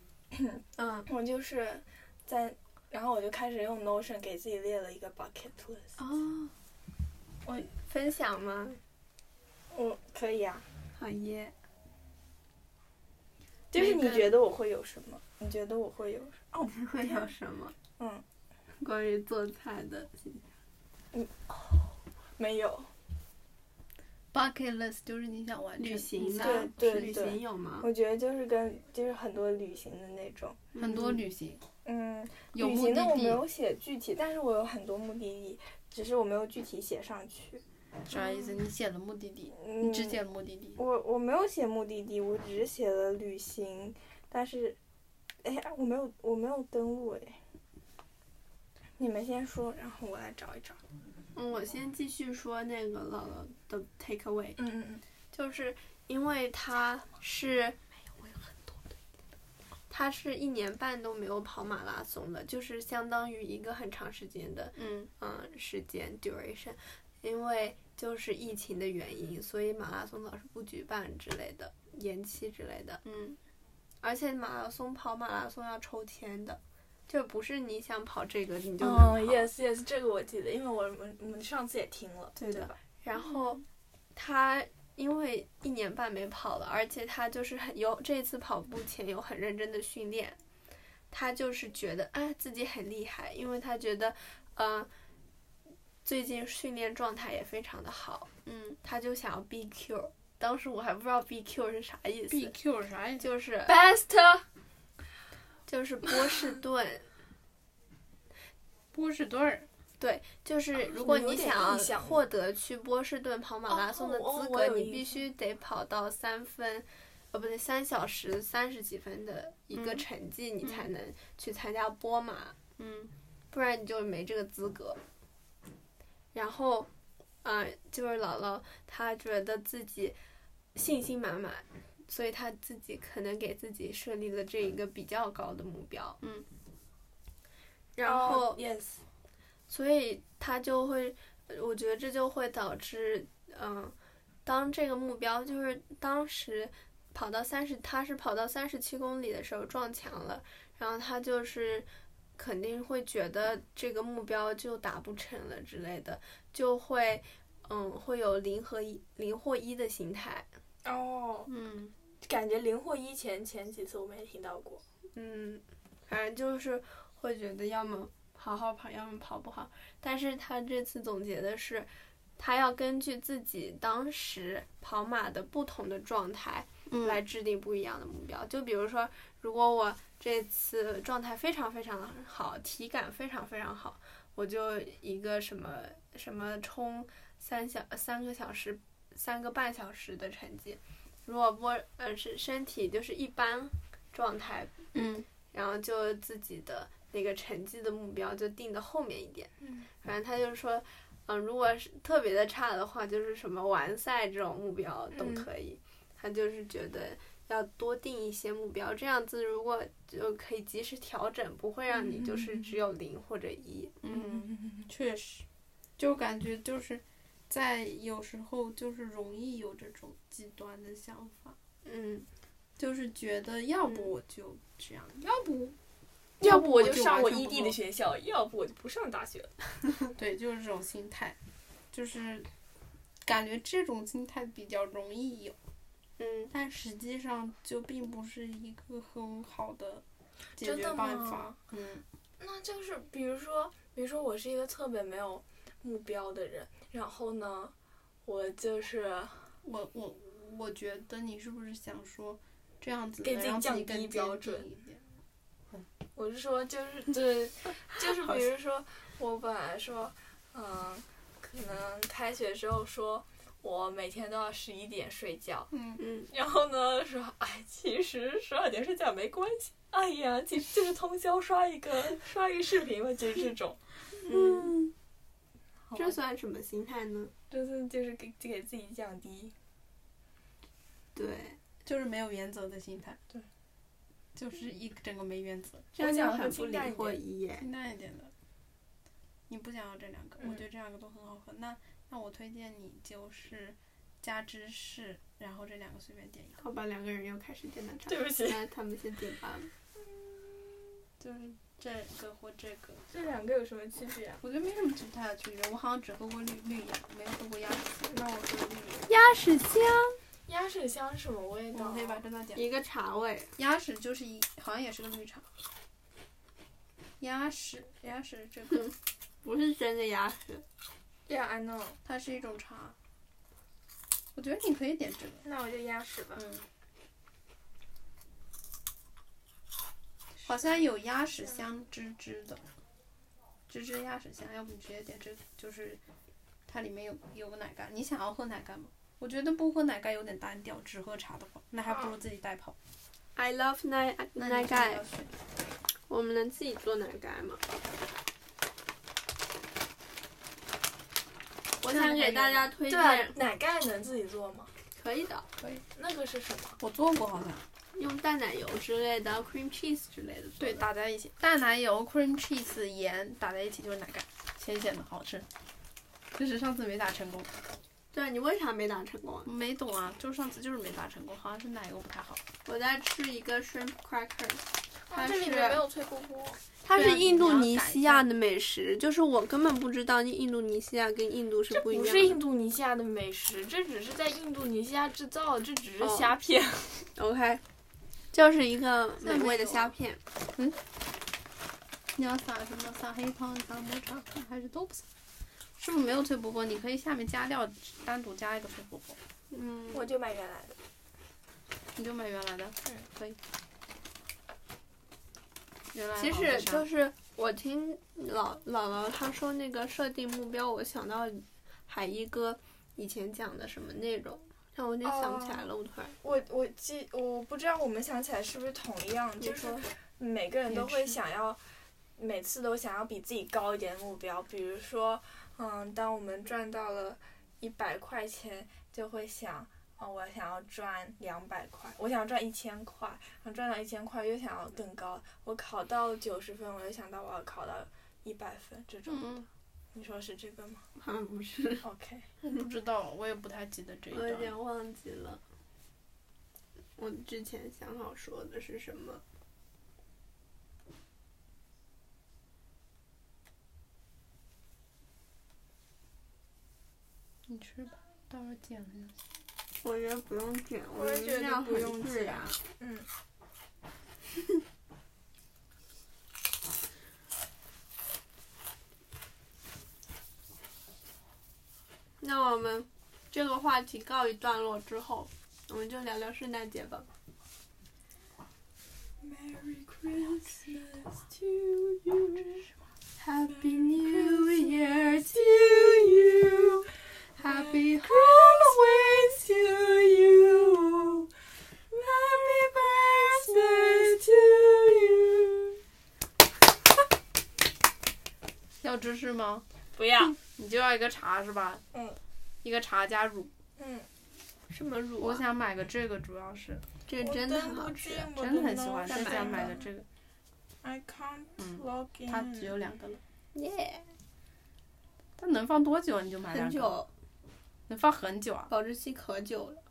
嗯
我就是在，然后我就开始用 Notion 给自己列了一个 bucket list。
哦，
我
分享吗？
我可以啊，
好耶！
就是
每
你
个
觉得我会有什么？你觉得我会有什么？
你会有什么
嗯，
关于做菜的？
没有，
bucket list 就是你想完成
旅行
的
呢？
对对
旅
对
行有吗？
我觉得就是跟就是很多旅行的那种，
很多旅行，
嗯，
有
旅
目
行的我
的
没
地，
有写具体，但是我有很多目的地，只是我没有具体写上去。
啥意思？你写了目的地，
嗯，
你只写了目的地，
我我没有写目的地，我只是写了旅行，但是，哎呀，我没有我没有登录哎。你们先说，然后我来找一找。
嗯，我先继续说那个姥姥的 take away，
嗯嗯嗯。
就是因为它是，它是一年半都没有跑马拉松的，就是相当于一个很长时间的
嗯，
嗯时间 duration，因为就是疫情的原因，所以马拉松老是不举办之类的，延期之类的。
嗯，
而且马拉松跑马拉松要抽签的，就不是你想跑这个你就能跑。
嗯，yes yes，这个我记得，因为我们我们上次也听了，
对的
吧？
然后它因为一年半没跑了，而且他就是很有这次跑步前有很认真的训练，他就是觉得哎自己很厉害，因为他觉得，嗯、最近训练状态也非常的好，
嗯
他就想要 BQ。当时我还不知道 BQ 是啥意思
，BQ 啥呀？
就是
best
就是波士顿，
波士顿儿，
对，就是如果你
啊有
想
点印象
获得去波士顿跑马拉松的
哦哦
资
我
格，
有
你
印
必须得跑到三分，呃，不对，三小时三十几分的一个
嗯
成绩，你
嗯
才能去参加波马。
嗯
不然你就没这个资格。然后，啊、就是姥姥她觉得自己信心满满，所以她自己可能给自己设立了这一个比较高的目标。
嗯。
然后，
yes
所以她就会，我觉得这就会导致，嗯，当这个目标就是当时跑到三十，她是跑到三十七公里的时候撞墙了，然后她就是肯定会觉得这个目标就达不成了之类的，就会嗯会有零和一零或一的心态，
哦，
嗯，
感觉零或一前前几次我们也听到过，
嗯，反正就是会觉得要么好好跑，要么跑不好。但是他这次总结的是，他要根据自己当时跑马的不同的状态来
来
制定不一样的目标。就比如说，如果我这次状态非常非常好，体感非常非常好，我就一个什么什么冲三小三个小时、三个半小时的成绩。如果波呃是身体就是一般状态，
嗯
然后就自己的那个成绩的目标就定的后面一点。
嗯，
反正他就是说，嗯，如果是特别的差的话，就是什么完赛这种目标都
嗯
可以。他就是觉得要多定一些目标，这样子如果就可以及时调整，不会让
嗯
你就是只有零或者一。
嗯，，确实，就感觉就是在有时候就是容易有这种极端的想法，
嗯，
就是觉得要不
嗯
我就这样，要不
要不我就
就
上
完
我
全
异
不
地
够
的学校，要不我就不上大学了。
对，就是这种心态，就是感觉这种心态比较容易有，
嗯，
但实际上就并不是一个很好的解
真
决
的
办
吗
法。嗯
那就是比如说，比如说我是一个特别没有目标的人，然后呢，我就是
我我我觉得你是不是想说这样子
给
能
自己
让
降
己更
低
坚
标
定
准
一点？
我是说，就是对， [LAUGHS] 就是
好
比如说，我本来说，嗯，可能开学之后说我每天都要十一点睡觉，
嗯
嗯，
然后呢说，哎，其实十二点睡觉没关系，哎呀，其实就是通宵刷一个刷一个视频吧，就是这 [LAUGHS] 种，
嗯，
好吧
这算什么心态呢？
这是就是给给自己降低，
对，
就是没有原则的心态。
对，
就是一整个没原则，
这样就
讲得
很不
清
理
淡一
或
点
一耶。
清淡一点的。你不想要这两个，我觉得这两个都很好喝。那那我推荐你就是加芝士，然后这两个随便点一个。
好吧，两个人又开始点奶茶。
对不
[LAUGHS]
起
那他们先点吧。
就是这个或这个，
这两个有什么区别啊？
我觉得没什么太大的区别。我好像只喝过绿绿芽，没有喝过鸭血。
那我说那个
鸭屎香，
鸭屎香是什么味
我
道啊？
们可以把这段点。
一个茶味。
鸭屎就是一，好像也是个绿茶。鸭屎，鸭屎这个 [LAUGHS]
不是真的鸭屎，
Yeah, I know。
它是一种茶。我觉得你可以点这个。
那我就鸭屎吧。
嗯，好像有鸭屎香芝芝的，芝芝鸭屎香，要不你直接点这个，就是它里面有有个奶盖，你想要喝奶盖吗？我觉得不喝奶盖有点单调，只喝茶的话，那还不如自己带泡。
I love 奶
那
奶
你就
盖
要，选
我们能自己做奶盖吗？我想给大家推
对啊
荐，，
奶盖能自己做吗？
可以的，
那个是什么？
我做过好像。
用淡奶油之类的，cream cheese 之类的做的。
对，打在一起，淡奶油、cream cheese、盐打在一起就是奶盖，咸咸的好吃。就是上次没打成功，
对，你为啥没打成功啊？
没懂啊，就上次就是没打成功，好像是奶油不太好。
我在吃一个 shrimp cracker，
它
这里
是
面没有脆波波，
它
对啊
是
你
印度
要
尼
改
西
一
亚
下
的美食，就是我根本不知道印度尼西亚跟印度是
这
一样
不
的。
是印度尼西亚的美食，这只是在印度尼西亚制造，这只是
哦
虾片。
OK，就是一个
那
美
没
味的
有
虾片。嗯
你要撒什么？撒黑糖、撒抹茶粉还是都不撒？是不是没有脆波波？你可以下面加料，单独加一个脆波波，
嗯，
我就买原来的。
你就买原来的。
嗯，
可以。原来
其
好像
实
是啥
就是我听老姥姥她说那个设定目标，我想到海一哥以前讲的什么内容，但我有点想不起来了，我突然。
我我记我不知道我们想起来是不是同一样，
你
就是
说
每个人都
也
会
是
想要，每次都想要比自己高一点的目标。比如说，嗯，当我们赚到了一百块钱，就会想，哦，我想要赚两百块，我想要赚一千块，然后赚到一千块又想要更高。我考到九十分，我就想到我要考到一百分这种。
嗯，
你说是这个吗
好像不是，
？OK，
我不知道，我也不太记得这一
我有
段。
点忘记了。我之前想好说的是什么？
你吃吧，到时候剪了就行。
我觉得不用剪，
我也
们
觉
这
得
样
不
很
用
自
剪
然。
嗯，
[LAUGHS] 那我们这个话题告一段落之后，我们就聊聊圣诞节吧。
Merry Christmas to you.
Happy New Year to you, Happy
Always to you. Happy birthday to you.
要芝士吗？
不要，
你就要一个茶是吧？
嗯。
一个茶加乳，
嗯，
什么乳
我
啊？
想买个这个，主要是
这真的很好吃。
真
真的很喜欢，
再
是
买
想
一
买
个
个这个。
I can't
嗯
log in。
它只有两个了，
耶，
它能放多久你就买两
很
个？
久，
能放很久啊。
保质期可久了。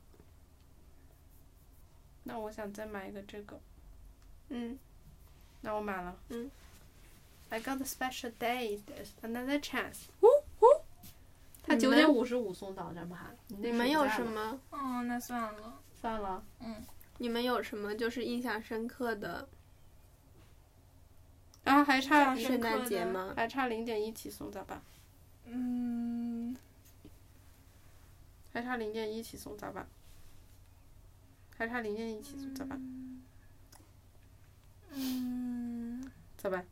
那我想再买一个这个，
嗯，
那我买了。
嗯。
I got a special day, there's another chance. 呜呜，它
你
九
们
点五十五送到，咱们还。
你
你
们有什
么？
么？
哦，那算了。
算了，
嗯，
你们有什么就是印象深刻的
啊，还差
印象深
圣
刻
诞节
的
吗？
还差零点一起送咋办？
嗯，
还差零点一起送咋办？还差零点一起送咋办？
嗯，
咋办？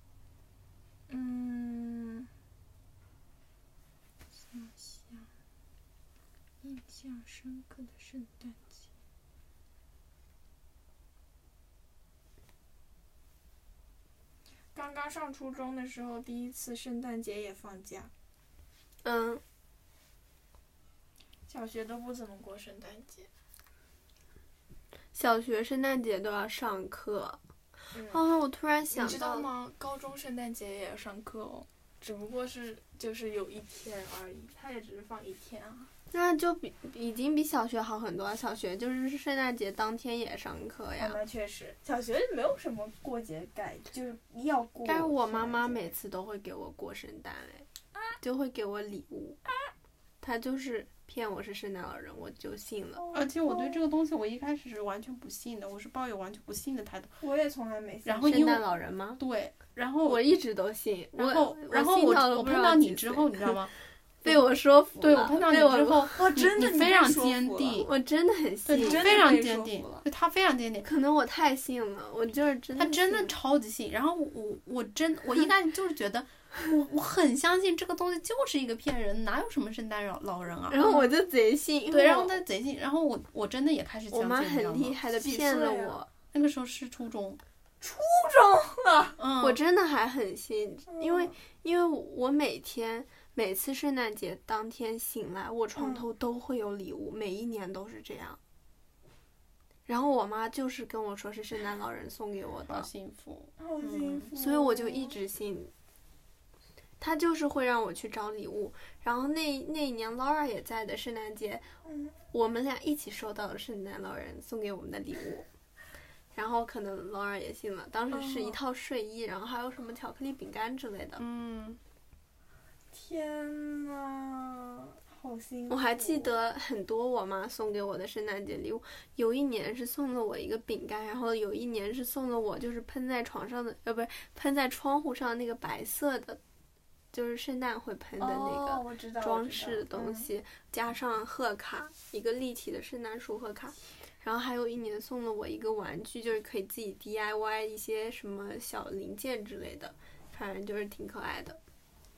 嗯，想想，印象深刻的圣诞节。刚刚上初中的时候，第一次圣诞节也放假，
嗯，
小学都不怎么过圣诞节。
小学圣诞节都要上课。
嗯
哦，我突然想
你知
到
道吗？高中圣诞节也要上课哦，只不过是就是有一天而已，它也只是放一天啊。
那就比已经比小学好很多啊。小学就是圣诞节当天也上课呀。
嗯
那确实，小学没有什么过节感，就是要过
但是我妈妈每次都会给我过圣诞，哎，
啊
就会给我礼物。她就是骗我是圣诞老人，我就信了。
而且我对这个东西，我一开始是完全不信的，我是抱有完全不信的态度。
我也从来没。
然后
圣
因
诞
为
老人吗？
对，然后
我一直都信。
然后
我
然后
信
我
到了
我
不知
碰
道
到
几
你之
岁
后，你知道吗？
被 [LAUGHS] 我说服了。
对我碰到你
被我
之，后，
哇，
你
真的
你非常坚，定，
我真的很信
对，你
真
非
的
常
被
坚
说
定
服了，
对他非常坚定。
可能我太信了，我就是真的信。
他真的超级信，然后我我真我一开始就是觉得，我我很相信这个东西就是一个骗人，哪有什么圣诞老老人啊？
然后我就贼信。因为
对，然后
我
他贼信，然后我我真的也开始相
我
信，
妈
你知道
很厉
吗？
害的
几
骗了
岁啊
我。
那个时候是初中，嗯，
我真的还很信，因为因为我每天每次圣诞节当天醒来，我床
嗯
头都会有礼物，每一年都是这样。然后我妈就是跟我说是圣诞老人送给我
好
的，
幸福，
好
幸
福
所以我就一直信。她就是会让我去找礼物，然后那那一年 Laura 也在的圣诞节，我们俩一起收到了圣诞老人送给我们的礼物。然后可能劳尔也信了，当时是一
哦
套睡衣，然后还有什么巧克力饼干之类的。
嗯，
天呐，好辛苦！
我还记得很多我妈送给我的圣诞节礼物，有一年是送了我一个饼干，然后有一年是送了我就是喷在床上的，呃，不是喷在窗户上那个白色的，就是圣诞会喷的
哦
那
我知道
个
我
装
知道
饰的东
嗯
西，加上贺卡，一个立体的圣诞树贺卡。然后还有一年送了我一个玩具，就是可以自己 DIY 一些什么小零件之类的，反正就是挺可爱的。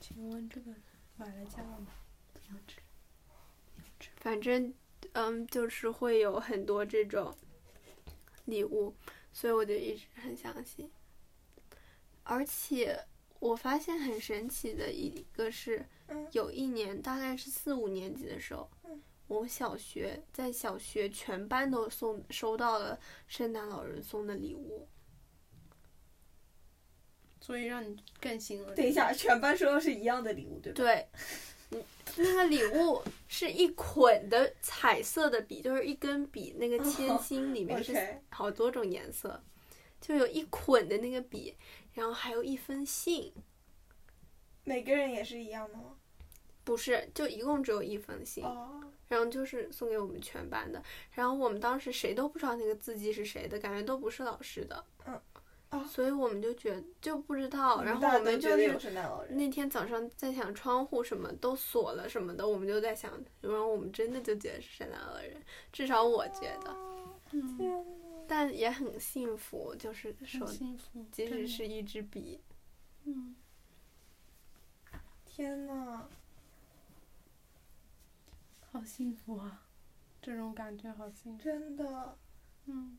请问这个买来加了吗？不要吃。
反正，嗯，就是会有很多这种礼物，所以我就一直很相信。而且我发现很神奇的一个是，
嗯
有一年大概是四五年级的时候，
嗯
我小学在小学全班都送收到了圣诞老人送的礼物，
所以让你更信了。
嗯等一下，全班收到是一样的礼物，对吧？
对。嗯那个礼物是一捆的彩色的笔，就是一根笔，那个
哦
铅芯里面是
OK，
好多种颜色，就有一捆的那个笔，然后还有一封信，
每个人也是一样的吗？
不是，就一共只有一封信，
哦，
然后就是送给我们全班的，然后我们当时谁都不知道那个字迹是谁的，感觉都不是老师的，
嗯，啊
所以我们就觉就不知道，然后
大家
我
都
们就
觉得
是
有圣诞老人，
那天早上在想窗户什么都锁了什么的，我们就在想，然后我们真的就觉得是圣诞老人，至少我觉得，
嗯，
天呐
但也很幸福，就是
很
说，
幸福。
即
真
使
的
是一支笔。
嗯，
天呐，
好幸福啊，这种感觉好幸福。
真的，
嗯，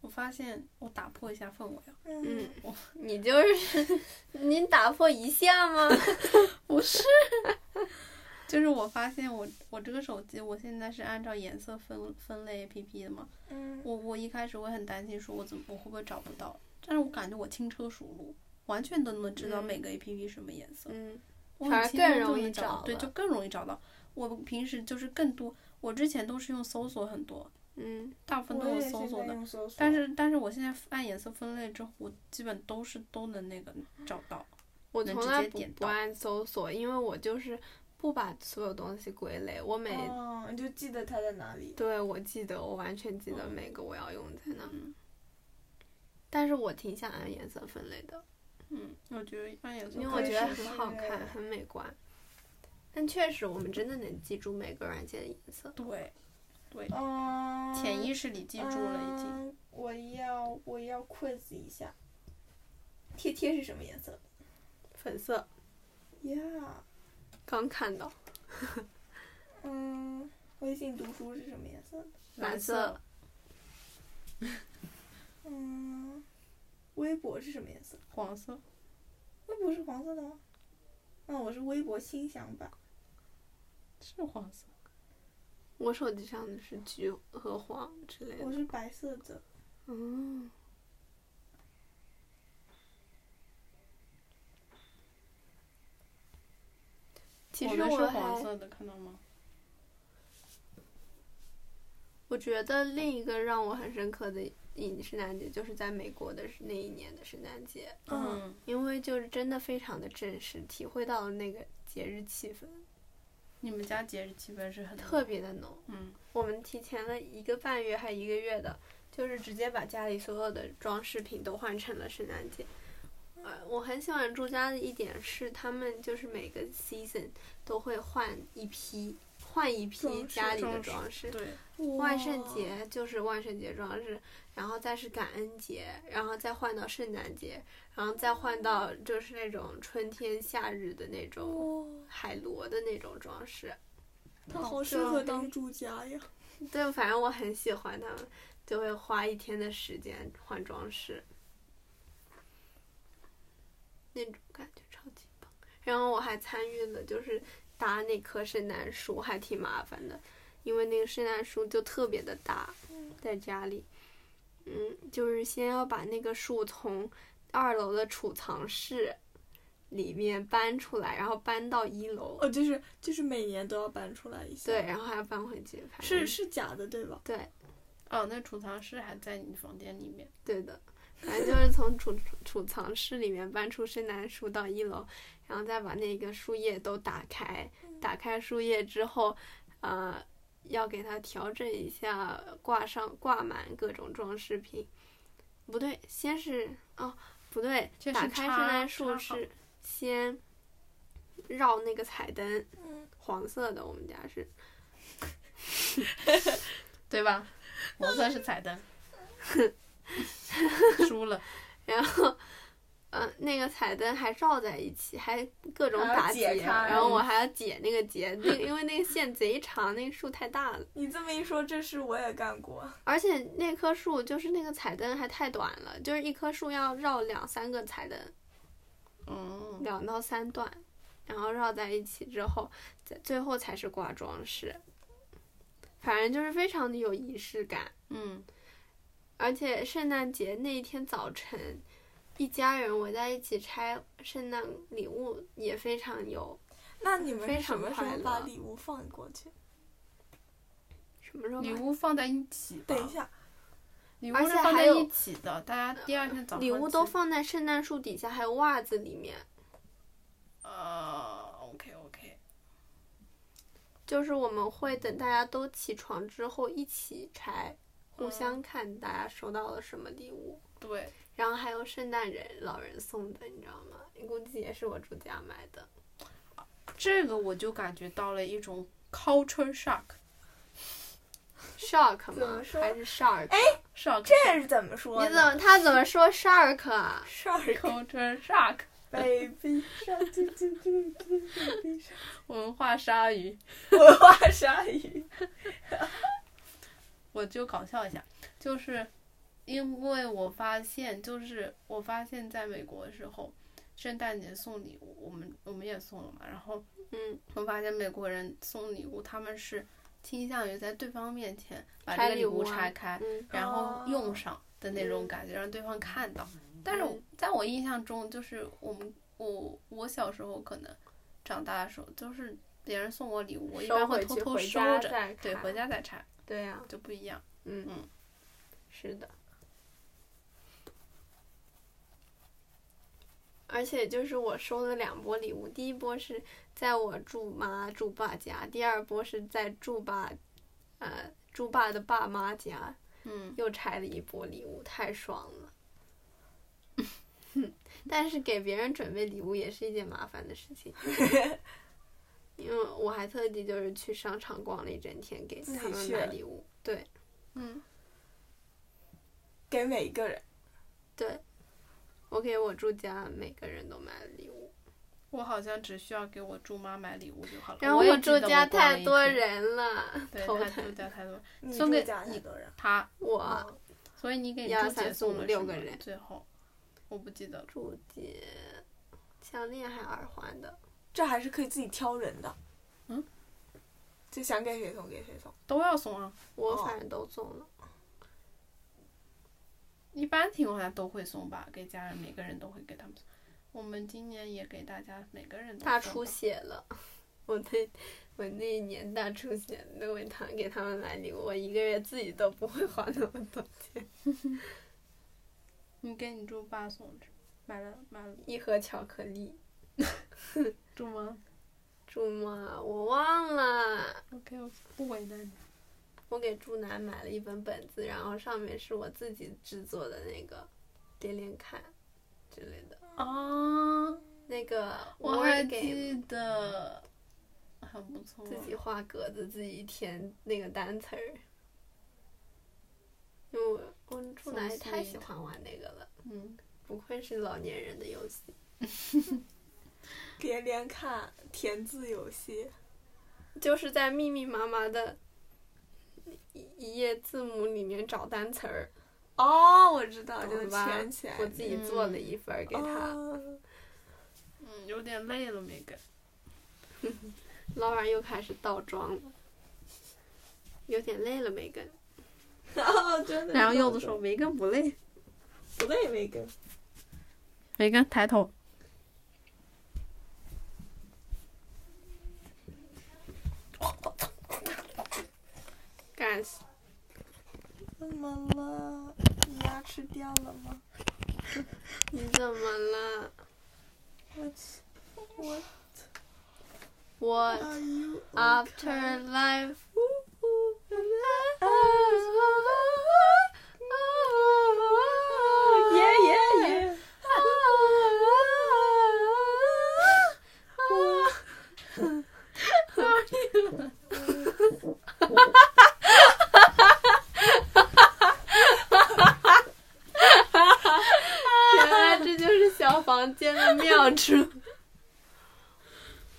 我发现我打破一下氛围 [LAUGHS] 啊，
嗯
嗯，，
你就是你打破一下 [LAUGHS] 吗？
不是，就是我发现我我这个手机我现在是按照颜色分分类 A P P 的嘛，
嗯，
我我一开始我也很担心说我怎么我会不会找不到，但是我感觉我轻车熟路，完全都能知道
嗯
每个 A P P 什么颜色，
嗯
我
反
很
而
轻
更
松就
容
能
易
找到
找
对，
了
就更容易找到。我平时就是更多，我之前都是用搜索很多，
嗯
大部分都
我也
是搜
现
索
在
的。
用搜索
但是但是我现在按颜色分类之后，我基本都是都能那个找到。
我
能
从
直
来
接
不
点
不
到
按搜索，因为我就是不把所有东西归类，我每、
哦，你就记得它在哪里。
对我记得，我完全记得
嗯
每个我要用在哪，
嗯
但是我挺想按颜色分类的，
嗯，我觉得按颜色
因为
分
我
类
觉得
试
很
试
好看，很美观。但确实，我们真的能记住每个软件的颜色。
对对，
嗯，
潜意识里记住了已经。
嗯我要我要 quiz 一下，贴贴是什么颜色
粉色
？Yeah，
刚看到，
嗯，微信读书是什么颜色的？
蓝
蓝
色
色、
嗯，微博是什么颜色？
黄色，
微博是黄色的吗？嗯，我是微博心想版。
是黄色。
我手机上的是橘和黄之类
我
的。
是白色的，
嗯，其实
的
我
是
还
黄色的，看到吗？
我觉得另一个让我很深刻的一圣诞节，就是在美国的那一年的圣诞节，
嗯
嗯，
因为就是真的非常的正式，体会到了那个节日气氛
你们家节日气氛是很
特别的浓。
嗯
我们提前了一个半月还一个月的，就是直接把家里所有的装饰品都换成了圣诞节。呃，我很喜欢住家的一点是，他们就是每个 season 都会换一批，换一批
装饰
家里的
装饰
装饰。
对，
万圣节就是万圣节装饰，然后再是感恩节，然后再换到圣诞节，然后再换到就是那种春天夏日的那种
哇，
海螺的那种装饰。
它好适合当住家呀！
对，反正我很喜欢他们，就会花一天的时间换装饰，那种感觉超级棒。然后我还参与了，就是搭那棵圣诞树，还挺麻烦的，因为那个圣诞树就特别的大，
嗯
在家里，嗯，就是先要把那个树从二楼的储藏室。里面搬出来，然后搬到一楼，
哦，就是就是每年都要搬出来一下。
对，，然后还要搬回去，反正
是是假的，对吧？
对
哦，那储藏室还在你房间里面。
对的，反正就是从储储储藏室里面搬出圣诞树到一楼，然后再把那个树叶都打开，
嗯
打开树叶之后，呃，要给它调整一下，挂上挂满各种装饰品。不对，先是哦，不对，
这
打
是
开圣
插
诞树
插好
是先绕那个彩灯，
嗯，
黄色的，我们家是
对吧？我算是
[LAUGHS]
彩灯，输了。
然后，嗯、那个彩灯还绕在一起，还各种
还要
打
解嗯
结，
开
然后我还要解那个结，那因为那个线贼长，那个树太大了，
你这么一说，这事我也干过。
而且那棵树就是那个彩灯还太短了，就是一棵树要绕两三个彩灯，
嗯，
两到三段，然后绕在一起之后，再最后才是挂装饰，反正就是非常的有仪式感。
嗯，
而且圣诞节那一天早晨，一家人围在一起拆圣诞礼物也非常有。 [LAUGHS]
那你们
非
是什
常
么时
快
候把
乐
礼物放过去？
什么时候
礼
买？
物放在一起吧。
等一，下，
礼物
嗯而
是
且
放
还
在
有
一起的，大家第二天早上
礼物都
起
放在圣诞树底下，还有袜子里面。
呃，OK OK，
就是我们会等大家都起床之后一起拆，互相看大家收到了什么礼物。
对，
然后还有圣诞人老人送的，你知道吗？估计也是我住家买的。
这个我就感觉到了一种 culture shock
shark
怎么
吗？
说
还是 shark？
shock，
这是怎么说呢？
你怎么他怎么说 shark 啊？
shark
culture shock
baby shark，啾啾啾啾 baby shark
文化鲨 [LAUGHS] 鱼，
文化鲨鱼。
[LAUGHS] 我就搞笑一下，就是因为我发现，就是我发现在美国的时候，圣诞节送礼物，我们我们也送了嘛，然后
嗯，
我发现美国人送礼物，他们是倾向于在对方面前把
拆
这个
礼
礼
物
物
啊
拆开，
嗯
然后用
哦
上的那种
嗯
感觉，让对方看到。但是
嗯
在我印象中，就是我们我我小时候可能长大的时候，就是别人送我礼物，我一
收
般会
回
偷
去
偷
回
收
家
着，
再
对，
看
回家再拆
对啊呀、
就不一样。
嗯
嗯，
是的。而且就是我收了两波礼物，第一波是在我住妈住爸家，第二波是在住爸，呃，住爸的爸妈家
嗯，
又拆了一波礼物，太爽了。 [LAUGHS] 但是给别人准备礼物也是一件麻烦的事
[LAUGHS]
情，因为我还特地就是去商场逛了一整天，给
自己
他们
去
买礼物。对，
[LAUGHS]
嗯
嗯
给每一个人，
对，我给我住家每个人都买了礼物，
我好像只需要给我舅妈买礼物就好了。
然后
呃我也记
住
得
家
我逛了
太
一
多
天，
人了，
[LAUGHS] 对，
头
他
疼
住。家太多嗯
你
送给
住家
[LAUGHS]
太
你
多人。
他，
我
所以你给
一二
朱姐
三四
送
五
了
六
什
个
么
人
最后我不记得了。
住姐项链还耳环的，
这还是可以自己挑人的。
嗯，
就想给谁送给谁送。
都要送啊，
我
哦
反正都送了。
一般情况下都会送吧，给家人每个人都会给他们送。我们今年也给大家每个人都
大
送
出
吧
血了，我那我那一年大出血，那我他给他们买礼物，我一个月自己都不会花那么多，
你给你猪爸送去，买了买了
一盒巧克力。
猪吗
住吗？我忘了。
？OK，我不为难你。
我给猪男买了一本本子，然后上面是我自己制作的那个连连看之类的。
啊，
那个
我还
Word Game
记得，很不错。
自己画格子，自己填那个单词儿。因为我我猪男也太喜欢玩那个了，
嗯，
不愧是老年人的游戏。
连连看填字游戏，
就是在密密麻麻的一一页字母里面找单词儿，
哦，我知道，
懂
就是
了吧
圈起来。
我自己做了一份儿给他。
哦
嗯，有点累了，没给。
老板又开始倒装了，有点累了，梅根。
[LAUGHS] 哦，真的。
然后柚子说：“梅根不累。
不累，梅根。”
梅根抬头。
那
怎么了？你牙齿掉了吗？
你怎么了？
我
[LAUGHS]
我
我
are you
after life。哦
耶耶耶！
[LAUGHS] 原来这就是小房间的妙处。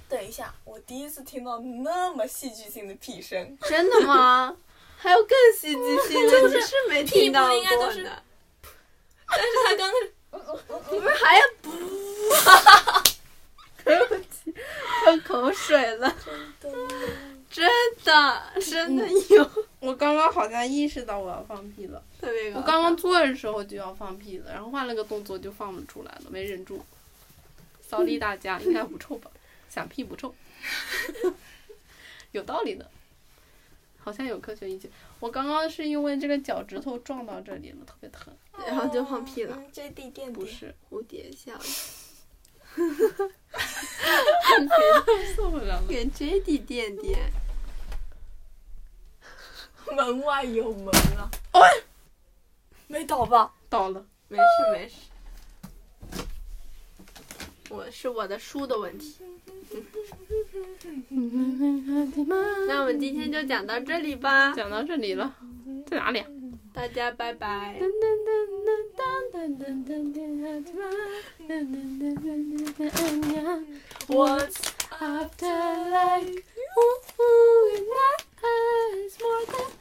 等一下，我第一次听到那么戏剧性的屁声，
真的吗？还有更戏剧性的，你是没听到
屁不应该
过
都是
的。
但是他刚才
你不是还要不？对不起，喷口水了，真的，真的有
我刚刚好像意识到我要放屁了，
特别搞笑
我刚刚做的时候就要放屁了，然后换了个动作就放不出来了，没忍住。sorry 大家，应该不臭吧？想屁不臭， [LAUGHS] 有道理的，好像有科学依据。我刚刚是因为这个脚趾头撞到这里了，特别疼。
[LAUGHS] 然后就放屁了
嗯。这地垫
不
底，
是，
蝴蝶效应，
[LAUGHS] 受不了了。
给 J D 垫垫。
门外有门啊！哎，
哦
没倒吧？
倒了，
没事没事，我是我的书的问题。那我们今天就讲到这里吧，
讲到这里了，在哪里、啊？
大家拜拜。
What's
after life? Ooh, ooh, and that is more than